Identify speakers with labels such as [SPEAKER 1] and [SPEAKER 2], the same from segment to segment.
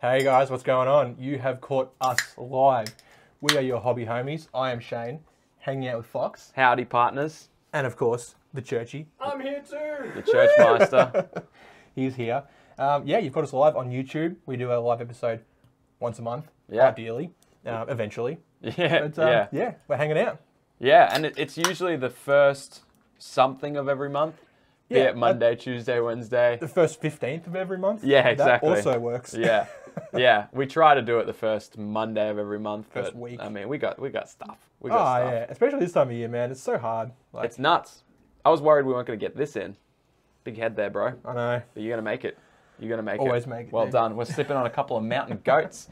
[SPEAKER 1] Hey guys, what's going on? You have caught us live. We are your hobby homies. I am Shane, hanging out with Fox,
[SPEAKER 2] Howdy, partners.
[SPEAKER 1] and of course, the churchy.
[SPEAKER 3] I'm here too.
[SPEAKER 2] The church master.
[SPEAKER 1] He's here. Um, yeah, you've caught us live on YouTube. We do a live episode once a month,
[SPEAKER 2] Yeah.
[SPEAKER 1] ideally, um, eventually.
[SPEAKER 2] Yeah,
[SPEAKER 1] But um,
[SPEAKER 2] yeah,
[SPEAKER 1] yeah. we're hanging out.
[SPEAKER 2] yeah. And it, it's usually the first something of every month. Be
[SPEAKER 1] Yeah,
[SPEAKER 2] it Monday, Tuesday, Wednesday.
[SPEAKER 1] The first 15th of every month.
[SPEAKER 2] Yeah,
[SPEAKER 1] That
[SPEAKER 2] exactly.
[SPEAKER 1] also works.
[SPEAKER 2] Yeah, yeah. We try to do it the first Monday of every month.
[SPEAKER 1] First
[SPEAKER 2] but,
[SPEAKER 1] week.
[SPEAKER 2] I mean, we got we got stuff. We
[SPEAKER 1] Oh,
[SPEAKER 2] got stuff.
[SPEAKER 1] yeah, especially this time of year, man. It's so hard. Like,
[SPEAKER 2] It's nuts. I was worried we weren't going to get this in. Big head there, bro.
[SPEAKER 1] I know.
[SPEAKER 2] But you're going to make it. You're going to make
[SPEAKER 1] Always
[SPEAKER 2] it.
[SPEAKER 1] make it,
[SPEAKER 2] Well
[SPEAKER 1] dude.
[SPEAKER 2] done. We're sipping on a couple of mountain goats.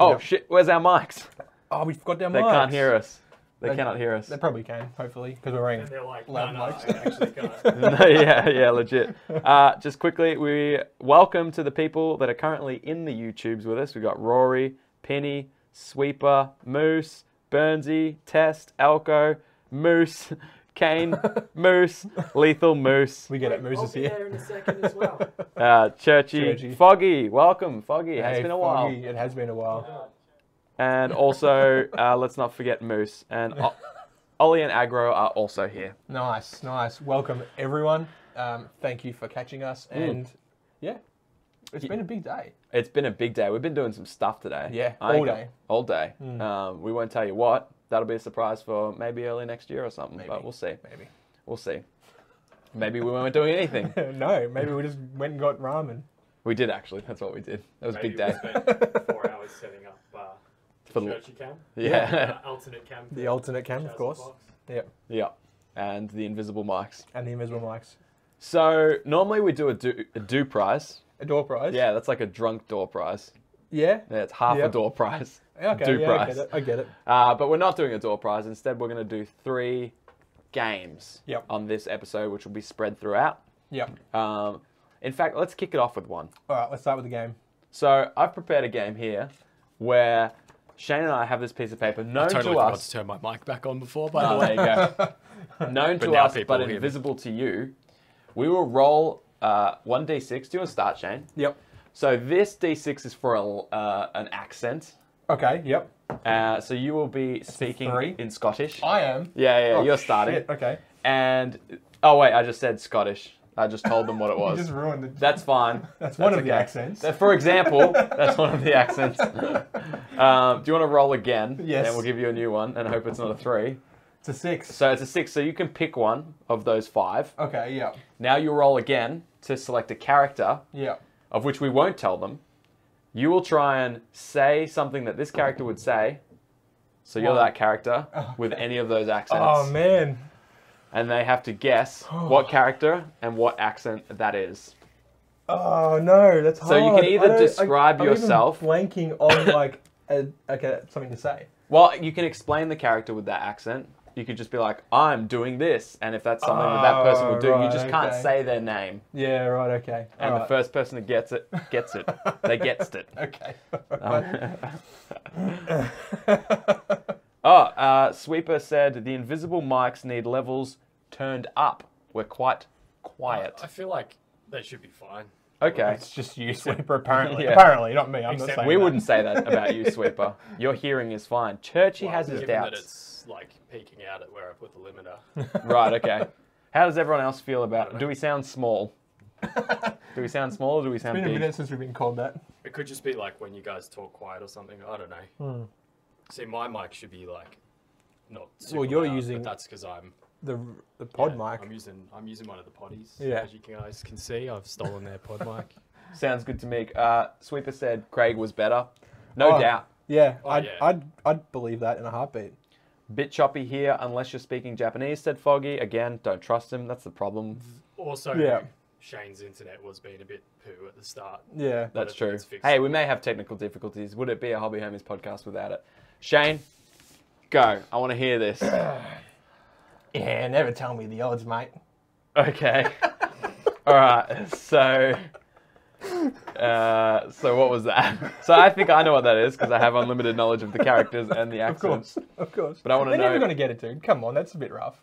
[SPEAKER 2] Oh
[SPEAKER 1] Yep.
[SPEAKER 2] shit! Where's our mics?
[SPEAKER 1] Oh, we forgot our
[SPEAKER 2] They can't hear us. They,
[SPEAKER 1] They-
[SPEAKER 2] cannot hear us.
[SPEAKER 1] They probably can, hopefully, because we're wearing
[SPEAKER 3] And they're like, no,
[SPEAKER 1] Loud
[SPEAKER 3] no, I
[SPEAKER 1] mics.
[SPEAKER 3] actually can't.
[SPEAKER 2] No, yeah, yeah, legit. Uh, just quickly, we welcome to the people that are currently in the YouTubes with us. We've got Rory, Penny, Sweeper, Moose, Burnsy, Test, Elko, Moose, Kane, Moose, Lethal Moose,
[SPEAKER 1] We get it. Moose
[SPEAKER 3] I'll
[SPEAKER 1] is
[SPEAKER 3] be
[SPEAKER 1] here.
[SPEAKER 3] there in a second as well.
[SPEAKER 2] uh, Churchy,
[SPEAKER 1] Churchy.
[SPEAKER 2] Foggy. Welcome, Foggy.
[SPEAKER 1] Hey,
[SPEAKER 2] It's been a
[SPEAKER 1] Foggy,
[SPEAKER 2] while.
[SPEAKER 1] It has been a while.
[SPEAKER 2] And also, uh, let's not forget Moose. And O- Ollie and Agro are also here.
[SPEAKER 1] Nice, nice. Welcome everyone. Um, thank you for catching us. And yeah, it's been a big day.
[SPEAKER 2] It's been a big day. We've been doing some stuff today.
[SPEAKER 1] Yeah,
[SPEAKER 2] I ain't
[SPEAKER 1] all
[SPEAKER 2] got-
[SPEAKER 1] day. Hmm.
[SPEAKER 2] all day. Um, we won't tell you what. That'll be a surprise for maybe early next year or something.
[SPEAKER 1] Maybe.
[SPEAKER 2] But we'll see.
[SPEAKER 1] Maybe.
[SPEAKER 2] We'll see. Maybe we weren't doing anything.
[SPEAKER 1] no, maybe we just went and got ramen.
[SPEAKER 2] We did actually. That's what we did. That was a big
[SPEAKER 3] Maybe we
[SPEAKER 2] day.
[SPEAKER 3] spent four hours setting up uh,
[SPEAKER 2] For
[SPEAKER 3] the
[SPEAKER 2] the-
[SPEAKER 3] churchy cam,
[SPEAKER 2] yeah,
[SPEAKER 3] uh, alternate cam,
[SPEAKER 1] The alternate cam, of
[SPEAKER 3] Jazz
[SPEAKER 1] course.
[SPEAKER 3] Box.
[SPEAKER 1] Yep.
[SPEAKER 2] yeah, and the invisible mics.
[SPEAKER 1] And the invisible mics.
[SPEAKER 2] So normally we do a do a do prize.
[SPEAKER 1] A door prize.
[SPEAKER 2] Yeah, that's like a drunk door prize.
[SPEAKER 1] Yeah.
[SPEAKER 2] Yeah, it's half
[SPEAKER 1] Yeah.
[SPEAKER 2] a door prize.
[SPEAKER 1] Okay.
[SPEAKER 2] do
[SPEAKER 1] yeah, I
[SPEAKER 2] prize.
[SPEAKER 1] get it. I get it.
[SPEAKER 2] Uh, but we're not doing a door prize. Instead, we're going to do three games
[SPEAKER 1] Yep.
[SPEAKER 2] on this episode, which will be spread throughout.
[SPEAKER 1] Yep.
[SPEAKER 2] Um, in fact, let's kick it off with one.
[SPEAKER 1] All right. Let's start with the game.
[SPEAKER 2] So I've prepared a game here where Shane and I have this piece of paper known
[SPEAKER 3] totally
[SPEAKER 2] to
[SPEAKER 3] forgot
[SPEAKER 2] us.
[SPEAKER 3] to turn my mic back on before, by the
[SPEAKER 2] Oh,
[SPEAKER 3] way.
[SPEAKER 2] there you go. known to
[SPEAKER 3] now
[SPEAKER 2] us,
[SPEAKER 3] people
[SPEAKER 2] but
[SPEAKER 3] will hear me.
[SPEAKER 2] invisible to you. We will roll uh, one d6. Do you want to start, Shane?
[SPEAKER 1] Yep.
[SPEAKER 2] So this d6 is for a, l- uh, an accent.
[SPEAKER 1] Okay. Yep.
[SPEAKER 2] Uh, so you will be speaking
[SPEAKER 1] three.
[SPEAKER 2] in Scottish.
[SPEAKER 1] I am.
[SPEAKER 2] Yeah, yeah,
[SPEAKER 1] Oh,
[SPEAKER 2] you're starting.
[SPEAKER 1] shit, Okay.
[SPEAKER 2] And oh wait, I just said Scottish. I just told them what it
[SPEAKER 1] You
[SPEAKER 2] was.
[SPEAKER 1] just ruined it.
[SPEAKER 2] That's fine.
[SPEAKER 1] That's one of the accents.
[SPEAKER 2] That- For example, that's one of the accents. Um, do you want to roll again?
[SPEAKER 1] Yes.
[SPEAKER 2] And we'll give you a new one, and hope it's not a three.
[SPEAKER 1] It's a six.
[SPEAKER 2] So it's a six. So you can pick one of those five.
[SPEAKER 1] Okay. Yep.
[SPEAKER 2] Now you roll again to select a character,
[SPEAKER 1] Yep.
[SPEAKER 2] of which we won't tell them. You will try and say something that this character would say. So you're
[SPEAKER 1] One.
[SPEAKER 2] that character with any of those accents,
[SPEAKER 1] Oh man.
[SPEAKER 2] and they have to guess what character and what accent that is.
[SPEAKER 1] Oh no, that's hard.
[SPEAKER 2] So you can either
[SPEAKER 1] I don't- I-
[SPEAKER 2] describe
[SPEAKER 1] I'm even
[SPEAKER 2] yourself-
[SPEAKER 1] blanking on like a, okay something to say.
[SPEAKER 2] Well, you can explain the character with that accent. You could just be like, "I'm doing this," and if that's something that that person
[SPEAKER 1] Oh,
[SPEAKER 2] will do,
[SPEAKER 1] right,
[SPEAKER 2] you just can't
[SPEAKER 1] okay.
[SPEAKER 2] say their name.
[SPEAKER 1] Yeah, right. Okay.
[SPEAKER 2] And the
[SPEAKER 1] Alright.
[SPEAKER 2] first person that gets it gets it. they gets it.
[SPEAKER 1] Okay.
[SPEAKER 2] Oh, uh, Sweeper said the invisible mics need levels turned up. We're quite quiet.
[SPEAKER 3] I feel like they should be fine.
[SPEAKER 2] Okay,
[SPEAKER 1] it's just you, Sweeper. Apparently,
[SPEAKER 2] Yeah.
[SPEAKER 1] apparently not me. I'm not
[SPEAKER 3] Except
[SPEAKER 1] saying
[SPEAKER 2] we
[SPEAKER 1] that.
[SPEAKER 2] wouldn't say that about you, Sweeper. Your hearing is fine. Churchy
[SPEAKER 3] Well,
[SPEAKER 2] has his
[SPEAKER 3] given that
[SPEAKER 2] doubts.
[SPEAKER 3] it's like peeking out at where I put the limiter.
[SPEAKER 2] Right. Okay. How does everyone else feel about? Do we sound small? do we sound small or do we sound
[SPEAKER 1] It's been a
[SPEAKER 2] big?
[SPEAKER 1] minute since we've been called that.
[SPEAKER 3] It could just be like when you guys talk quiet or something. I don't know. See, my mic should be like not. Super
[SPEAKER 1] Well, you're
[SPEAKER 3] loud, but
[SPEAKER 1] using-
[SPEAKER 3] that's because I'm
[SPEAKER 1] The the pod
[SPEAKER 3] yeah,
[SPEAKER 1] mic.
[SPEAKER 3] I'm using I'm using one of the potties.
[SPEAKER 1] Yeah.
[SPEAKER 3] As you guys can see, I've stolen their pod mic.
[SPEAKER 2] Sounds good to me. Uh, Sweeper said Craig was better. No
[SPEAKER 1] Oh.
[SPEAKER 2] doubt.
[SPEAKER 1] Yeah, I'd,
[SPEAKER 3] yeah.
[SPEAKER 1] I'd I'd believe that in a heartbeat.
[SPEAKER 2] Bit choppy here, unless you're speaking Japanese, said Foggy. Again, don't trust him. That's the
[SPEAKER 1] Mm,
[SPEAKER 2] problem.
[SPEAKER 3] Also,
[SPEAKER 1] Yeah.
[SPEAKER 3] Shane's internet was being a bit poo at the start.
[SPEAKER 1] Yeah.
[SPEAKER 3] That-
[SPEAKER 2] That's
[SPEAKER 3] I think
[SPEAKER 2] true.
[SPEAKER 3] it's fixed.
[SPEAKER 2] Hey, we may have technical difficulties. Would it be a Hobby Homies podcast without it? Shane, go. I want to hear this.
[SPEAKER 1] yeah. Never tell me the odds, mate.
[SPEAKER 2] Okay. All right. So, uh, so what was that? So I think I know what that is because I have unlimited knowledge of the characters and the
[SPEAKER 1] Of course,
[SPEAKER 2] accents.
[SPEAKER 1] of course.
[SPEAKER 2] But I wanna
[SPEAKER 1] They're never
[SPEAKER 2] know-
[SPEAKER 1] going to get it, dude. Come on, that's a bit rough.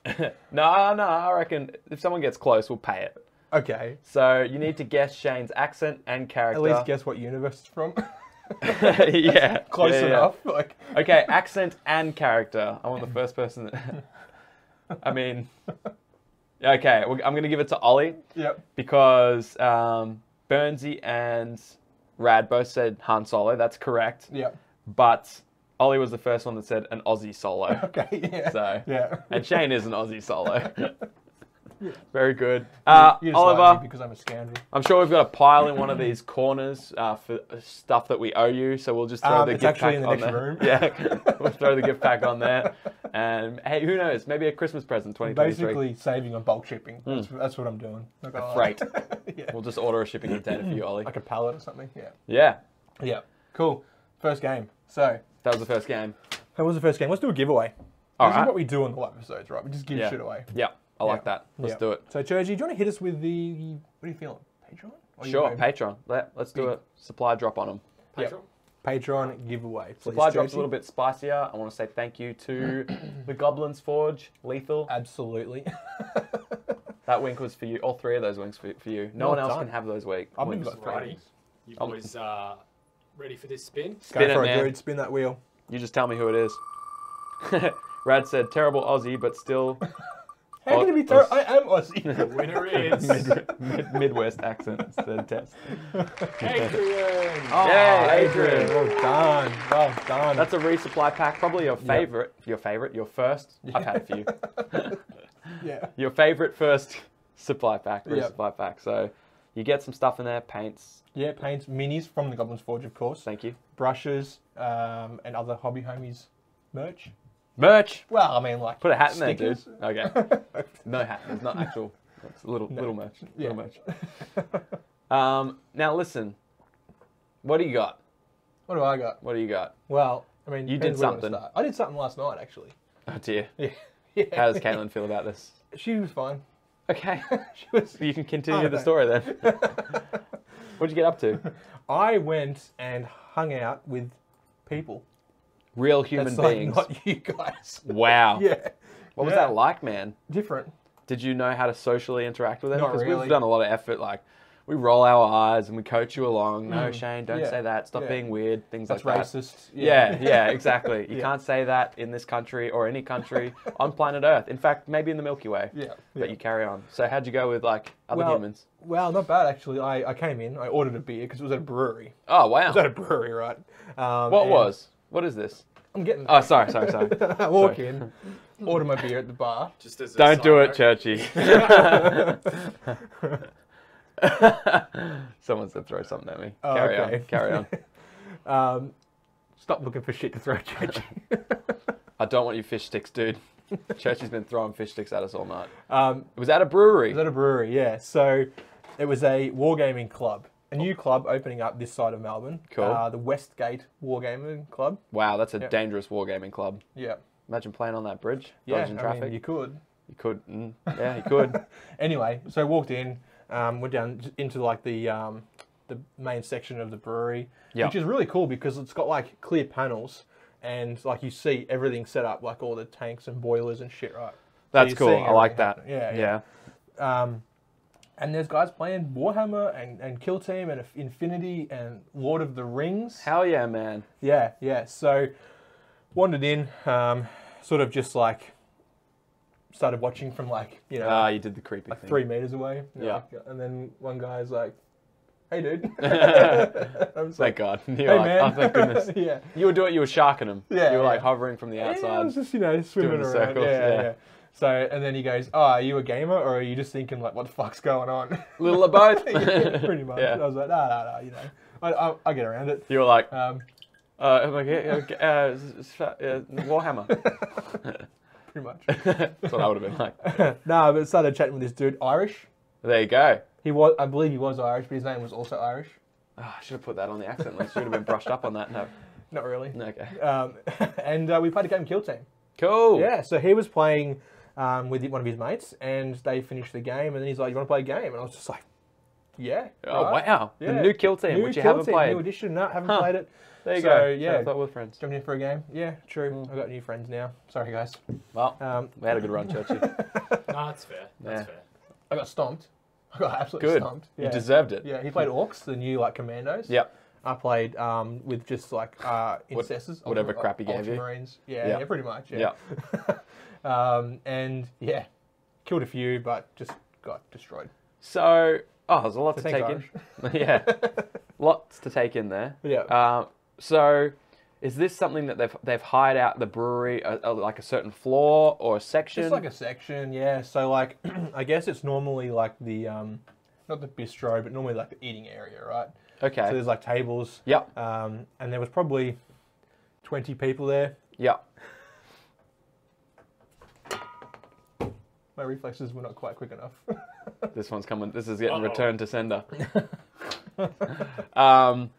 [SPEAKER 2] No, no. I reckon if someone gets close, we'll pay it.
[SPEAKER 1] Okay,
[SPEAKER 2] So you need to guess Shane's accent and character.
[SPEAKER 1] at least guess what universe it's from.
[SPEAKER 2] yeah.
[SPEAKER 1] Close
[SPEAKER 2] Yeah, yeah.
[SPEAKER 1] enough. Like,
[SPEAKER 2] Okay, accent and character. I want the first person. That... I mean, okay, we're- I'm going to give it to Ollie
[SPEAKER 1] yep.
[SPEAKER 2] because um, Burnsy and Rad both said Han Solo. That's correct.
[SPEAKER 1] Yep.
[SPEAKER 2] But Ollie was the first one that said an Aussie solo.
[SPEAKER 1] Okay. Yeah.
[SPEAKER 2] So-
[SPEAKER 1] yeah.
[SPEAKER 2] and Shane is an Aussie solo. Very good. Uh,
[SPEAKER 1] You just lied to me
[SPEAKER 2] Oliver,
[SPEAKER 1] because I'm a scoundrel.
[SPEAKER 2] I'm sure we've got a pile in one of these corners uh, for stuff that we owe you, so we'll just throw
[SPEAKER 1] Um,
[SPEAKER 2] the
[SPEAKER 1] it's
[SPEAKER 2] gift
[SPEAKER 1] actually
[SPEAKER 2] pack
[SPEAKER 1] in the
[SPEAKER 2] on
[SPEAKER 1] next
[SPEAKER 2] there.
[SPEAKER 1] room.
[SPEAKER 2] Yeah, we'll throw the gift pack on there, and hey, who knows? Maybe a Christmas present 2023.
[SPEAKER 1] Basically, uh, saving on bulk shipping. That's, that's what I'm doing. Not gonna lie.
[SPEAKER 2] Hmm. Freight.
[SPEAKER 1] yeah.
[SPEAKER 2] We'll just order a shipping container for you, Ollie.
[SPEAKER 1] Like a pallet or something. Yeah.
[SPEAKER 2] Yeah,
[SPEAKER 1] Yeah. Cool. First game. So,
[SPEAKER 2] that was the first game.
[SPEAKER 1] that was the first game. Let's do a giveaway.
[SPEAKER 2] All
[SPEAKER 1] this
[SPEAKER 2] right.
[SPEAKER 1] is what we do on the live episodes, right? We just give
[SPEAKER 2] Yeah.
[SPEAKER 1] shit away.
[SPEAKER 2] Yeah, I like
[SPEAKER 1] Yeah.
[SPEAKER 2] that. Let's
[SPEAKER 1] Yeah.
[SPEAKER 2] do it.
[SPEAKER 1] So, Churchy, do you want to hit us with the. What are you feeling? Patreon? Or you go
[SPEAKER 2] Sure, Patreon. Let, let's do
[SPEAKER 1] Big.
[SPEAKER 2] a supply drop on them.
[SPEAKER 1] Yep.
[SPEAKER 3] Patreon?
[SPEAKER 1] Patreon giveaway. Please,
[SPEAKER 2] Supply drop's
[SPEAKER 1] Churchy.
[SPEAKER 2] a little bit spicier. I want to say thank you to the Goblins Forge, Lethal.
[SPEAKER 1] Absolutely.
[SPEAKER 2] That wink was for you. All three of those winks for, for you.
[SPEAKER 1] Well
[SPEAKER 2] No one else
[SPEAKER 1] done.
[SPEAKER 2] can have those wink,
[SPEAKER 1] I've been
[SPEAKER 2] winks.
[SPEAKER 1] got three.
[SPEAKER 3] Righty.
[SPEAKER 1] wings.
[SPEAKER 3] You boys uh, ready for this spin?
[SPEAKER 1] Go
[SPEAKER 2] Spin it,
[SPEAKER 1] for
[SPEAKER 2] man.
[SPEAKER 1] dude. Spin that wheel.
[SPEAKER 2] You just tell me who it is. Rad said, terrible Aussie, but still
[SPEAKER 1] How
[SPEAKER 2] Oh,
[SPEAKER 1] can it be
[SPEAKER 2] that's-
[SPEAKER 1] terrible? I am
[SPEAKER 3] The
[SPEAKER 1] Aussie.
[SPEAKER 3] winner is
[SPEAKER 2] mid- Midwest accent. Said test.
[SPEAKER 3] Adrian.
[SPEAKER 1] Oh,
[SPEAKER 2] Yay, Adrian.
[SPEAKER 1] Well done. Well done.
[SPEAKER 2] That's a resupply pack. Probably your favorite. Your favorite. Your first. I've had a few.
[SPEAKER 1] yeah.
[SPEAKER 2] your favorite first supply pack.
[SPEAKER 1] Yeah.
[SPEAKER 2] Resupply pack. So you get some stuff in there. Paints.
[SPEAKER 1] Yeah, paints, minis from the Goblin's Forge, of course,
[SPEAKER 2] Thank you.
[SPEAKER 1] brushes, um, and other hobby homies merch.
[SPEAKER 2] Merch.
[SPEAKER 1] Well, I mean, like
[SPEAKER 2] Put a hat in
[SPEAKER 1] stickers.
[SPEAKER 2] there, dude. Okay. No hat. It's not actual. It's a little little merch.
[SPEAKER 1] Yeah.
[SPEAKER 2] Little merch. Um, now listen. What do you got?
[SPEAKER 1] What do I got?
[SPEAKER 2] What do you got?
[SPEAKER 1] Well, I mean,
[SPEAKER 2] You
[SPEAKER 1] depends
[SPEAKER 2] did
[SPEAKER 1] where wanna
[SPEAKER 2] something.
[SPEAKER 1] start. I did something last night, actually.
[SPEAKER 2] Oh dear.
[SPEAKER 1] Yeah. yeah.
[SPEAKER 2] How does Caitlin feel about this?
[SPEAKER 1] She was fine.
[SPEAKER 2] Okay.
[SPEAKER 1] She was.
[SPEAKER 2] You can
[SPEAKER 1] I
[SPEAKER 2] continue
[SPEAKER 1] don't
[SPEAKER 2] the
[SPEAKER 1] know.
[SPEAKER 2] story then. What'd you get up to?
[SPEAKER 1] I went and hung out with people.
[SPEAKER 2] Real human
[SPEAKER 1] That's like
[SPEAKER 2] beings.
[SPEAKER 1] not you guys.
[SPEAKER 2] Wow.
[SPEAKER 1] yeah.
[SPEAKER 2] What was
[SPEAKER 1] Yeah.
[SPEAKER 2] that like, man?
[SPEAKER 1] Different.
[SPEAKER 2] Did you know how to socially interact with them?
[SPEAKER 1] Not
[SPEAKER 2] we've
[SPEAKER 1] really.
[SPEAKER 2] done a lot of effort. Like, we roll our eyes and we coach you along. No, Shane, don't
[SPEAKER 1] Mm. Yeah.
[SPEAKER 2] say that. Stop
[SPEAKER 1] Yeah.
[SPEAKER 2] being weird. Things
[SPEAKER 1] That's
[SPEAKER 2] like that.
[SPEAKER 1] racist.
[SPEAKER 2] Yeah, yeah, exactly. You
[SPEAKER 1] Yeah.
[SPEAKER 2] can't say that in this country or any country on planet Earth. In fact, maybe in the Milky Way.
[SPEAKER 1] Yeah, yeah.
[SPEAKER 2] But you carry on. So how'd you go with like other
[SPEAKER 1] well,
[SPEAKER 2] humans?
[SPEAKER 1] Well, not bad actually. I, I came in. I ordered a beer because it was at a brewery.
[SPEAKER 2] Oh wow.
[SPEAKER 1] It was at a brewery, right? Um,
[SPEAKER 2] what
[SPEAKER 1] and
[SPEAKER 2] was? What is this?
[SPEAKER 1] I'm getting.
[SPEAKER 2] Oh, sorry, sorry, sorry.
[SPEAKER 1] I walk
[SPEAKER 2] Sorry.
[SPEAKER 1] in, order my beer at the bar.
[SPEAKER 3] Just as a
[SPEAKER 2] Don't
[SPEAKER 3] side
[SPEAKER 2] do it,
[SPEAKER 3] note,
[SPEAKER 2] Churchy. Someone said throw something at me.
[SPEAKER 1] Oh,
[SPEAKER 2] carry on.
[SPEAKER 1] okay.
[SPEAKER 2] Carry on.
[SPEAKER 1] Um, stop looking for shit to throw at you.
[SPEAKER 2] I don't want your fish sticks, dude. Churchy's been throwing fish sticks at us all night.
[SPEAKER 1] um,
[SPEAKER 2] It was at a brewery.
[SPEAKER 1] it was at a brewery, yeah. So it was a wargaming club, a new club opening up this side of Melbourne.
[SPEAKER 2] Cool.
[SPEAKER 1] Uh, the Westgate Wargaming Club.
[SPEAKER 2] Wow, that's a
[SPEAKER 1] Yeah.
[SPEAKER 2] dangerous wargaming club.
[SPEAKER 1] Yeah.
[SPEAKER 2] Imagine playing on that bridge,
[SPEAKER 1] Yeah.
[SPEAKER 2] dodging
[SPEAKER 1] I
[SPEAKER 2] traffic.
[SPEAKER 1] mean, you could.
[SPEAKER 2] You could, mm, yeah, you could.
[SPEAKER 1] Anyway, so I walked in, um, went down j- into like the um, the main section of the brewery,
[SPEAKER 2] Yeah.
[SPEAKER 1] which is really cool because it's got like clear panels and like you see everything set up, like all the tanks and boilers and shit, right? So
[SPEAKER 2] That's
[SPEAKER 1] you're
[SPEAKER 2] cool.
[SPEAKER 1] seeing
[SPEAKER 2] I like
[SPEAKER 1] everything
[SPEAKER 2] that.
[SPEAKER 1] happening. Yeah, yeah. Um, and there's guys playing Warhammer and, and Kill Team and Infinity and Lord of the Rings.
[SPEAKER 2] Hell yeah, man.
[SPEAKER 1] Yeah, yeah. So wandered in, um, sort of just like started watching from like you know
[SPEAKER 2] Ah, you did the creepy
[SPEAKER 1] like
[SPEAKER 2] thing.
[SPEAKER 1] three meters away. you know,
[SPEAKER 2] Yeah.
[SPEAKER 1] like, and then one guy's like, "Hey, dude." I'm just
[SPEAKER 2] Thank
[SPEAKER 1] like,
[SPEAKER 2] God. You're
[SPEAKER 1] "Hey,
[SPEAKER 2] like,
[SPEAKER 1] man."
[SPEAKER 2] oh, thank goodness.
[SPEAKER 1] yeah.
[SPEAKER 2] You were doing, you were sharking them.
[SPEAKER 1] Yeah,
[SPEAKER 2] You were like
[SPEAKER 1] yeah.
[SPEAKER 2] hovering from the
[SPEAKER 1] Yeah, I
[SPEAKER 2] outside.
[SPEAKER 1] was just you know swimming
[SPEAKER 2] the
[SPEAKER 1] around.
[SPEAKER 2] circles,
[SPEAKER 1] yeah,
[SPEAKER 2] yeah.
[SPEAKER 1] yeah. So and then he goes, "Oh, are you a gamer or are you just thinking like, what the fuck's going on?"
[SPEAKER 2] Little of both.
[SPEAKER 1] Yeah, pretty much.
[SPEAKER 2] Yeah.
[SPEAKER 1] I was like, "No, no, no," you know. I, I, I get around it.
[SPEAKER 2] You were like,
[SPEAKER 1] Um,
[SPEAKER 2] uh, I'm like, yeah, okay, uh, s- s- uh, Warhammer.
[SPEAKER 1] pretty much.
[SPEAKER 2] That's what I would have been like.
[SPEAKER 1] no, but started chatting with this dude, Irish.
[SPEAKER 2] There you go.
[SPEAKER 1] He was, I believe, he was Irish, but his name was also Irish.
[SPEAKER 2] Ah, I should have put that on the accent list. Should have been brushed up on that. No.
[SPEAKER 1] Not really.
[SPEAKER 2] No, Okay.
[SPEAKER 1] Um, and uh, we played a game, Kill Team.
[SPEAKER 2] Cool.
[SPEAKER 1] Yeah, so he was playing um, with one of his mates, and they finished the game, and then he's like, "You want to play a game?" And I was just like, "Yeah."
[SPEAKER 2] Oh
[SPEAKER 1] right."
[SPEAKER 2] wow. The
[SPEAKER 1] Yeah.
[SPEAKER 2] new kill team,
[SPEAKER 1] New
[SPEAKER 2] which you
[SPEAKER 1] Kill
[SPEAKER 2] haven't
[SPEAKER 1] Team,
[SPEAKER 2] played.
[SPEAKER 1] New edition, no, haven't
[SPEAKER 2] Huh.
[SPEAKER 1] played it.
[SPEAKER 2] There you
[SPEAKER 1] So,
[SPEAKER 2] go.
[SPEAKER 1] yeah.
[SPEAKER 2] Sounds like we're friends.
[SPEAKER 1] Jumping in for a game. Yeah, true.
[SPEAKER 2] Hmm.
[SPEAKER 1] I got new friends now. Sorry, guys.
[SPEAKER 2] Well,
[SPEAKER 1] Um,
[SPEAKER 2] we had a good run, Churchy.
[SPEAKER 3] Nah, that's fair. That's
[SPEAKER 2] Yeah.
[SPEAKER 3] fair.
[SPEAKER 1] I got stomped. I got absolutely
[SPEAKER 2] Good.
[SPEAKER 1] stomped. Yeah.
[SPEAKER 2] You deserved it.
[SPEAKER 1] Yeah, he played orcs, the new like commandos.
[SPEAKER 2] Yep.
[SPEAKER 1] I played um, with just like uh, incessors,
[SPEAKER 2] whatever crappy game you-
[SPEAKER 1] Ultramarines. Yeah,
[SPEAKER 2] Yeah.
[SPEAKER 1] yeah, pretty much. Yeah. um, and yeah, killed a few, but just got destroyed.
[SPEAKER 2] So, oh, there's a lot to
[SPEAKER 1] Thank
[SPEAKER 2] take in. yeah, lots to take in there.
[SPEAKER 1] Yeah.
[SPEAKER 2] Um, so, is this something that they've they've hired out the brewery, uh, uh, like a certain floor or a section?
[SPEAKER 1] Just like a section, yeah. So like, I guess it's normally like the um, not the bistro, but normally like the eating area, right?
[SPEAKER 2] okay.
[SPEAKER 1] So there's like tables.
[SPEAKER 2] yep.
[SPEAKER 1] Um, and there was probably twenty people there.
[SPEAKER 2] Yep.
[SPEAKER 1] My reflexes were not quite quick enough.
[SPEAKER 2] This one's coming. This is getting
[SPEAKER 3] Uh-oh.
[SPEAKER 2] returned to sender. um,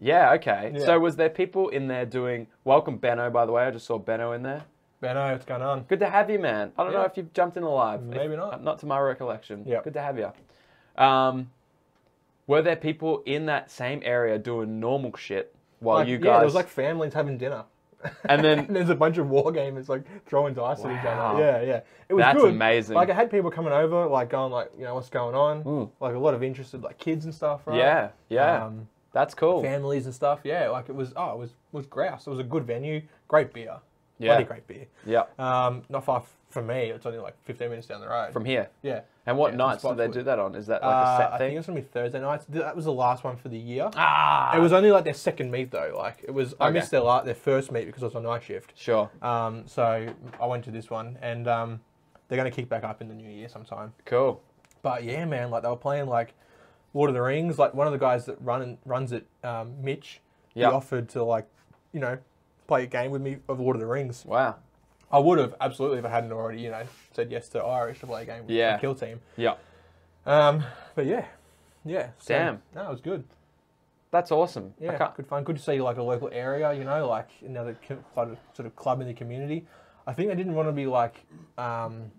[SPEAKER 2] yeah. Okay.
[SPEAKER 1] Yeah.
[SPEAKER 2] So, was there people in there doing? Welcome, Benno. By the way, I just saw Benno in there.
[SPEAKER 1] Benno, what's going on?
[SPEAKER 2] Good to have you, man. I don't know
[SPEAKER 1] Yeah.
[SPEAKER 2] if you've jumped in alive. If-
[SPEAKER 1] Maybe not.
[SPEAKER 2] Not to my recollection.
[SPEAKER 1] Yeah.
[SPEAKER 2] Good to have you. Um, were there people in that same area doing normal shit while
[SPEAKER 1] Like,
[SPEAKER 2] you guys?
[SPEAKER 1] yeah, there was like families having dinner. and
[SPEAKER 2] and then
[SPEAKER 1] there's a bunch of war gamers like throwing dice at each
[SPEAKER 2] Wow.
[SPEAKER 1] other. Yeah, yeah. It was
[SPEAKER 2] That's
[SPEAKER 1] good.
[SPEAKER 2] amazing.
[SPEAKER 1] Like I had people coming over, like going like, you know, what's going on?
[SPEAKER 2] Mm.
[SPEAKER 1] Like a lot of interested like kids and stuff, right?
[SPEAKER 2] yeah, yeah,
[SPEAKER 1] Um,
[SPEAKER 2] that's cool.
[SPEAKER 1] families and stuff. Yeah, like it was. Oh, it was was grouse. It was a good venue. Great beer.
[SPEAKER 2] Yeah.
[SPEAKER 1] Bloody great beer.
[SPEAKER 2] yeah,
[SPEAKER 1] Um, not far f- from me. It's only like 15 minutes down the road.
[SPEAKER 2] from here.
[SPEAKER 1] yeah.
[SPEAKER 2] And what
[SPEAKER 1] Yeah, some
[SPEAKER 2] nights did
[SPEAKER 1] spots
[SPEAKER 2] they
[SPEAKER 1] were-
[SPEAKER 2] do that on? Is that like
[SPEAKER 1] Uh,
[SPEAKER 2] a set
[SPEAKER 1] I
[SPEAKER 2] thing?
[SPEAKER 1] think it's gonna be Thursday nights. Th- That was the last one for the year.
[SPEAKER 2] ah,
[SPEAKER 1] It was only like their second meet though. Like it was. I
[SPEAKER 2] Okay.
[SPEAKER 1] missed their la- their first meet because I was on night shift.
[SPEAKER 2] sure,
[SPEAKER 1] Um, so I went to this one, and um, they're going to kick back up in the new year sometime.
[SPEAKER 2] cool.
[SPEAKER 1] But yeah, man, like they were playing like Lord of the Rings. Like one of the guys that run runs it, um, Mitch,
[SPEAKER 2] Yeah.
[SPEAKER 1] he offered to like, you know, play a game with me of Lord of the Rings.
[SPEAKER 2] Wow.
[SPEAKER 1] I would have absolutely if I hadn't already, you know, said yes to Irish to play a game with
[SPEAKER 2] Yeah.
[SPEAKER 1] the Kill Team.
[SPEAKER 2] Yeah,
[SPEAKER 1] Um, but yeah, yeah, so,
[SPEAKER 2] Damn.
[SPEAKER 1] no, it was good.
[SPEAKER 2] that's awesome. I
[SPEAKER 1] Yeah,
[SPEAKER 2] can't-
[SPEAKER 1] good fun. Good to see like a local area, you know, like another co- sort of- sort of club in the community. I think they didn't want to be like, um,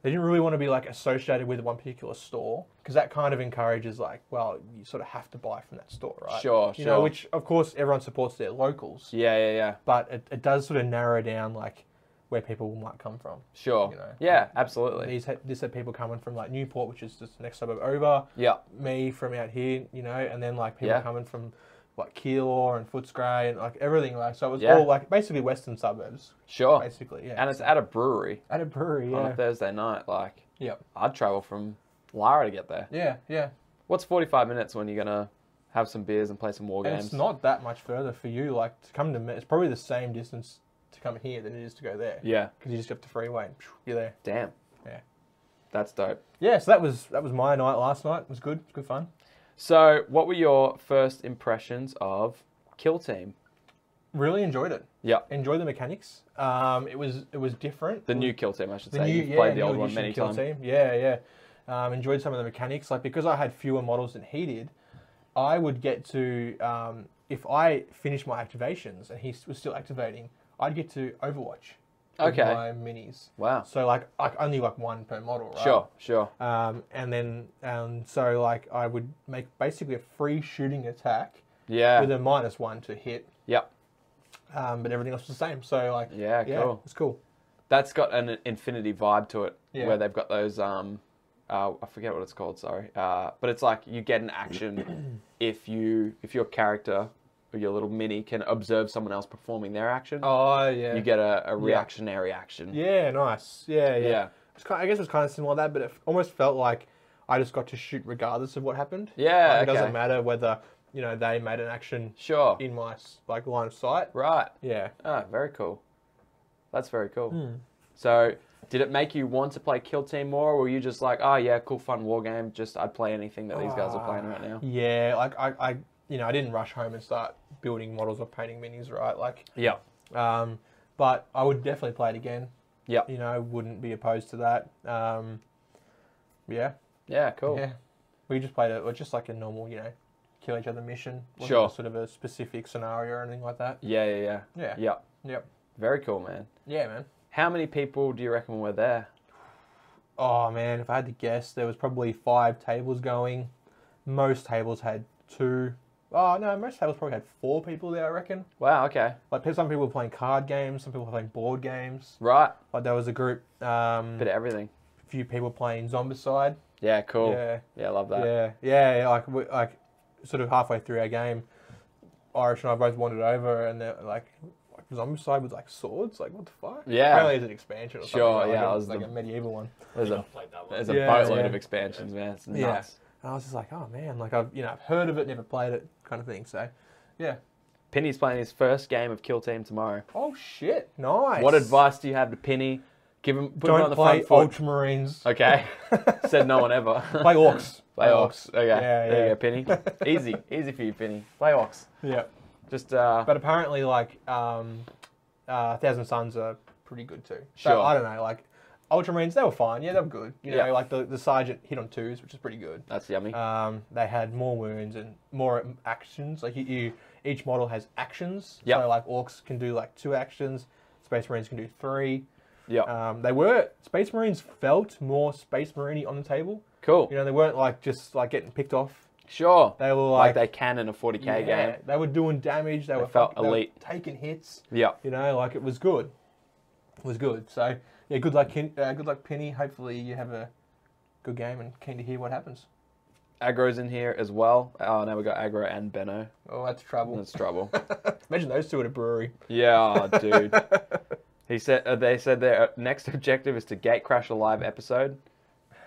[SPEAKER 1] they didn't really want to be like associated with one particular store because that kind of encourages like, well, you sort of have to buy from that store, right?
[SPEAKER 2] Sure,
[SPEAKER 1] you
[SPEAKER 2] sure.
[SPEAKER 1] Know, which of course everyone supports their locals,
[SPEAKER 2] yeah, yeah, yeah.
[SPEAKER 1] but it, it does sort of narrow down like where people might come from.
[SPEAKER 2] Sure.
[SPEAKER 1] You know,
[SPEAKER 2] yeah, absolutely.
[SPEAKER 1] These had, this had people coming from like Newport, which is just the next suburb over
[SPEAKER 2] Yeah.
[SPEAKER 1] me from out here, you know, and then like people
[SPEAKER 2] Yeah.
[SPEAKER 1] coming from like Keilor and Footscray and like everything like so it was
[SPEAKER 2] Yeah.
[SPEAKER 1] all like basically western suburbs,
[SPEAKER 2] Sure.
[SPEAKER 1] basically, yeah.
[SPEAKER 2] And Oh, it's at a brewery
[SPEAKER 1] at a brewery,
[SPEAKER 2] on
[SPEAKER 1] yeah.
[SPEAKER 2] a Thursday night. Like,
[SPEAKER 1] yeah.
[SPEAKER 2] I'd travel from Lara to get there.
[SPEAKER 1] Yeah, yeah.
[SPEAKER 2] What's 45 minutes when you're going to have some beers and play some war
[SPEAKER 1] And
[SPEAKER 2] games?
[SPEAKER 1] it's not that much further for you, like to come to me it's probably the same distance to come here than it is to go there.
[SPEAKER 2] Yeah.
[SPEAKER 1] Because you just get up the freeway and phew, you're there.
[SPEAKER 2] Damn.
[SPEAKER 1] Yeah.
[SPEAKER 2] That's dope.
[SPEAKER 1] Yeah, so that was that was my night last night. It was good, it was good fun.
[SPEAKER 2] So, what were your first impressions of Kill Team?
[SPEAKER 1] Really enjoyed it.
[SPEAKER 2] Yeah.
[SPEAKER 1] Enjoyed the mechanics. Um, it was it was different.
[SPEAKER 2] The
[SPEAKER 1] It
[SPEAKER 2] new Kill Team, I should
[SPEAKER 1] The
[SPEAKER 2] say.
[SPEAKER 1] new,
[SPEAKER 2] You've
[SPEAKER 1] yeah,
[SPEAKER 2] played the
[SPEAKER 1] new
[SPEAKER 2] old one
[SPEAKER 1] edition
[SPEAKER 2] many
[SPEAKER 1] Kill
[SPEAKER 2] times.
[SPEAKER 1] Team. Yeah, yeah. Um, enjoyed some of the mechanics. Like because I had fewer models than he did, I would get to um, if I finished my activations and he s- was still activating, I'd get to Overwatch. with
[SPEAKER 2] Okay.
[SPEAKER 1] My minis.
[SPEAKER 2] Wow.
[SPEAKER 1] So like I only like one per model, right?
[SPEAKER 2] Sure, sure.
[SPEAKER 1] Um, and then um, so like I would make basically a free shooting attack
[SPEAKER 2] Yeah.
[SPEAKER 1] with a minus one to hit,
[SPEAKER 2] Yep.
[SPEAKER 1] um, but everything else was the same. So like
[SPEAKER 2] Yeah, cool.
[SPEAKER 1] it's cool.
[SPEAKER 2] That's got an infinity vibe to it
[SPEAKER 1] Yeah.
[SPEAKER 2] where they've got those, um, uh, I forget what it's called, sorry. Uh, but it's like you get an action if you if your character or your little mini can observe someone else performing their action.
[SPEAKER 1] Oh yeah.
[SPEAKER 2] You get a, a reactionary action.
[SPEAKER 1] Yeah, nice. Yeah, yeah.
[SPEAKER 2] Yeah.
[SPEAKER 1] It's kind I guess it was kind of similar to that, but it f- almost felt like I just got to shoot regardless of what happened.
[SPEAKER 2] Yeah,
[SPEAKER 1] Like, It
[SPEAKER 2] okay.
[SPEAKER 1] doesn't matter whether you know they made an action
[SPEAKER 2] Sure.
[SPEAKER 1] in my s- like line of sight.
[SPEAKER 2] Right.
[SPEAKER 1] Yeah.
[SPEAKER 2] Ah, very cool. That's very cool.
[SPEAKER 1] Hmm.
[SPEAKER 2] So, did it make you want to play Kill Team more, or were you just like, oh yeah, cool, fun war game? Just I'd play anything that these guys are playing
[SPEAKER 1] Ah.
[SPEAKER 2] right now.
[SPEAKER 1] Yeah, like I, I, you know, I didn't rush home and start building models or painting minis, right? Like,
[SPEAKER 2] Yeah.
[SPEAKER 1] um, but I would definitely play it again.
[SPEAKER 2] Yep.
[SPEAKER 1] You know, wouldn't be opposed to that. Um, yeah.
[SPEAKER 2] Yeah. Cool.
[SPEAKER 1] Yeah. We just played it, or just like a normal, you know, kill each other mission. Wasn't
[SPEAKER 2] Sure.
[SPEAKER 1] Sort of a specific scenario or anything like that.
[SPEAKER 2] Yeah. Yeah. Yeah.
[SPEAKER 1] Yeah.
[SPEAKER 2] Yeah.
[SPEAKER 1] Yep.
[SPEAKER 2] Very cool, man.
[SPEAKER 1] Yeah, man.
[SPEAKER 2] How many people do you reckon were there?
[SPEAKER 1] Oh man, if I had to guess, there was probably five tables going. Most tables had two. Oh no, most tables probably had four people there. I reckon.
[SPEAKER 2] Wow. Okay.
[SPEAKER 1] Like pe- some people were playing card games, some people were playing board games.
[SPEAKER 2] Right.
[SPEAKER 1] Like there was a group, um,
[SPEAKER 2] Bit of everything.
[SPEAKER 1] few people playing Zombicide.
[SPEAKER 2] Yeah. Cool. Yeah.
[SPEAKER 1] Yeah,
[SPEAKER 2] I love Oh, that.
[SPEAKER 1] yeah, yeah. yeah, Like we, like sort of halfway through our game, Irish and I both wandered over, and they're like, like Zombicide with like swords. Like what the fuck?
[SPEAKER 2] Yeah.
[SPEAKER 1] Apparently, it's an expansion. Or
[SPEAKER 2] Sure,
[SPEAKER 1] Something. Like,
[SPEAKER 2] yeah, it
[SPEAKER 1] a-
[SPEAKER 2] was
[SPEAKER 1] like
[SPEAKER 2] the-
[SPEAKER 1] a medieval one.
[SPEAKER 2] There's a
[SPEAKER 3] I've played that one.
[SPEAKER 2] there's a
[SPEAKER 1] Yeah,
[SPEAKER 2] boatload
[SPEAKER 1] yeah.
[SPEAKER 2] of expansions, man. It's
[SPEAKER 1] Yeah.
[SPEAKER 2] nuts.
[SPEAKER 1] And I was just like, oh man, like I've you know I've heard of it, never played it, kind of thing. So, yeah.
[SPEAKER 2] Penny's playing his first game of Kill Team tomorrow.
[SPEAKER 1] Oh shit, nice.
[SPEAKER 2] What advice do you have to Penny? Give him put him on
[SPEAKER 1] Don't
[SPEAKER 2] the
[SPEAKER 1] play
[SPEAKER 2] front foot.
[SPEAKER 1] Ultramarines.
[SPEAKER 2] Okay. Said no one ever.
[SPEAKER 1] Play Orcs.
[SPEAKER 2] Play Ox. Okay.
[SPEAKER 1] Yeah,
[SPEAKER 2] there
[SPEAKER 1] yeah.
[SPEAKER 2] you go, Penny. easy. Easy for you, Penny. Play Ox.
[SPEAKER 1] Yeah.
[SPEAKER 2] Just uh
[SPEAKER 1] But apparently, like, um, uh, Thousand Suns are pretty good too.
[SPEAKER 2] Sure.
[SPEAKER 1] So, I don't know, like, Ultramarines, they were fine. Yeah, they were good. You know,
[SPEAKER 2] Yeah.
[SPEAKER 1] like, the, the Sergeant hit on twos, which is pretty good.
[SPEAKER 2] that's yummy.
[SPEAKER 1] Um, they had more wounds and more actions. Like, you, you each model has actions.
[SPEAKER 2] Yep.
[SPEAKER 1] So, like, Orcs can do, like, two actions. Space Marines can do three.
[SPEAKER 2] yeah.
[SPEAKER 1] Um, they were, Space Marines felt more Space Marine on the table.
[SPEAKER 2] cool.
[SPEAKER 1] You know, they weren't, like, just, like, getting picked off.
[SPEAKER 2] sure.
[SPEAKER 1] They were, like...
[SPEAKER 2] like, they can in a 40k
[SPEAKER 1] yeah,
[SPEAKER 2] game.
[SPEAKER 1] They were doing damage. They, were
[SPEAKER 2] felt
[SPEAKER 1] fucking- they were
[SPEAKER 2] elite.
[SPEAKER 1] taking hits.
[SPEAKER 2] Yeah.
[SPEAKER 1] You know, like it was good. It was good. So yeah, good luck, Ken, uh, good luck, Penny. Hopefully you have a good game and keen to hear what happens.
[SPEAKER 2] Aggro's in here as well. Oh, now we got Aggro and Benno.
[SPEAKER 1] Oh, that's trouble.
[SPEAKER 2] That's trouble.
[SPEAKER 1] Imagine those two at a brewery.
[SPEAKER 2] yeah, oh, dude. He said uh, they said their uh, next objective is to gate crash a live episode.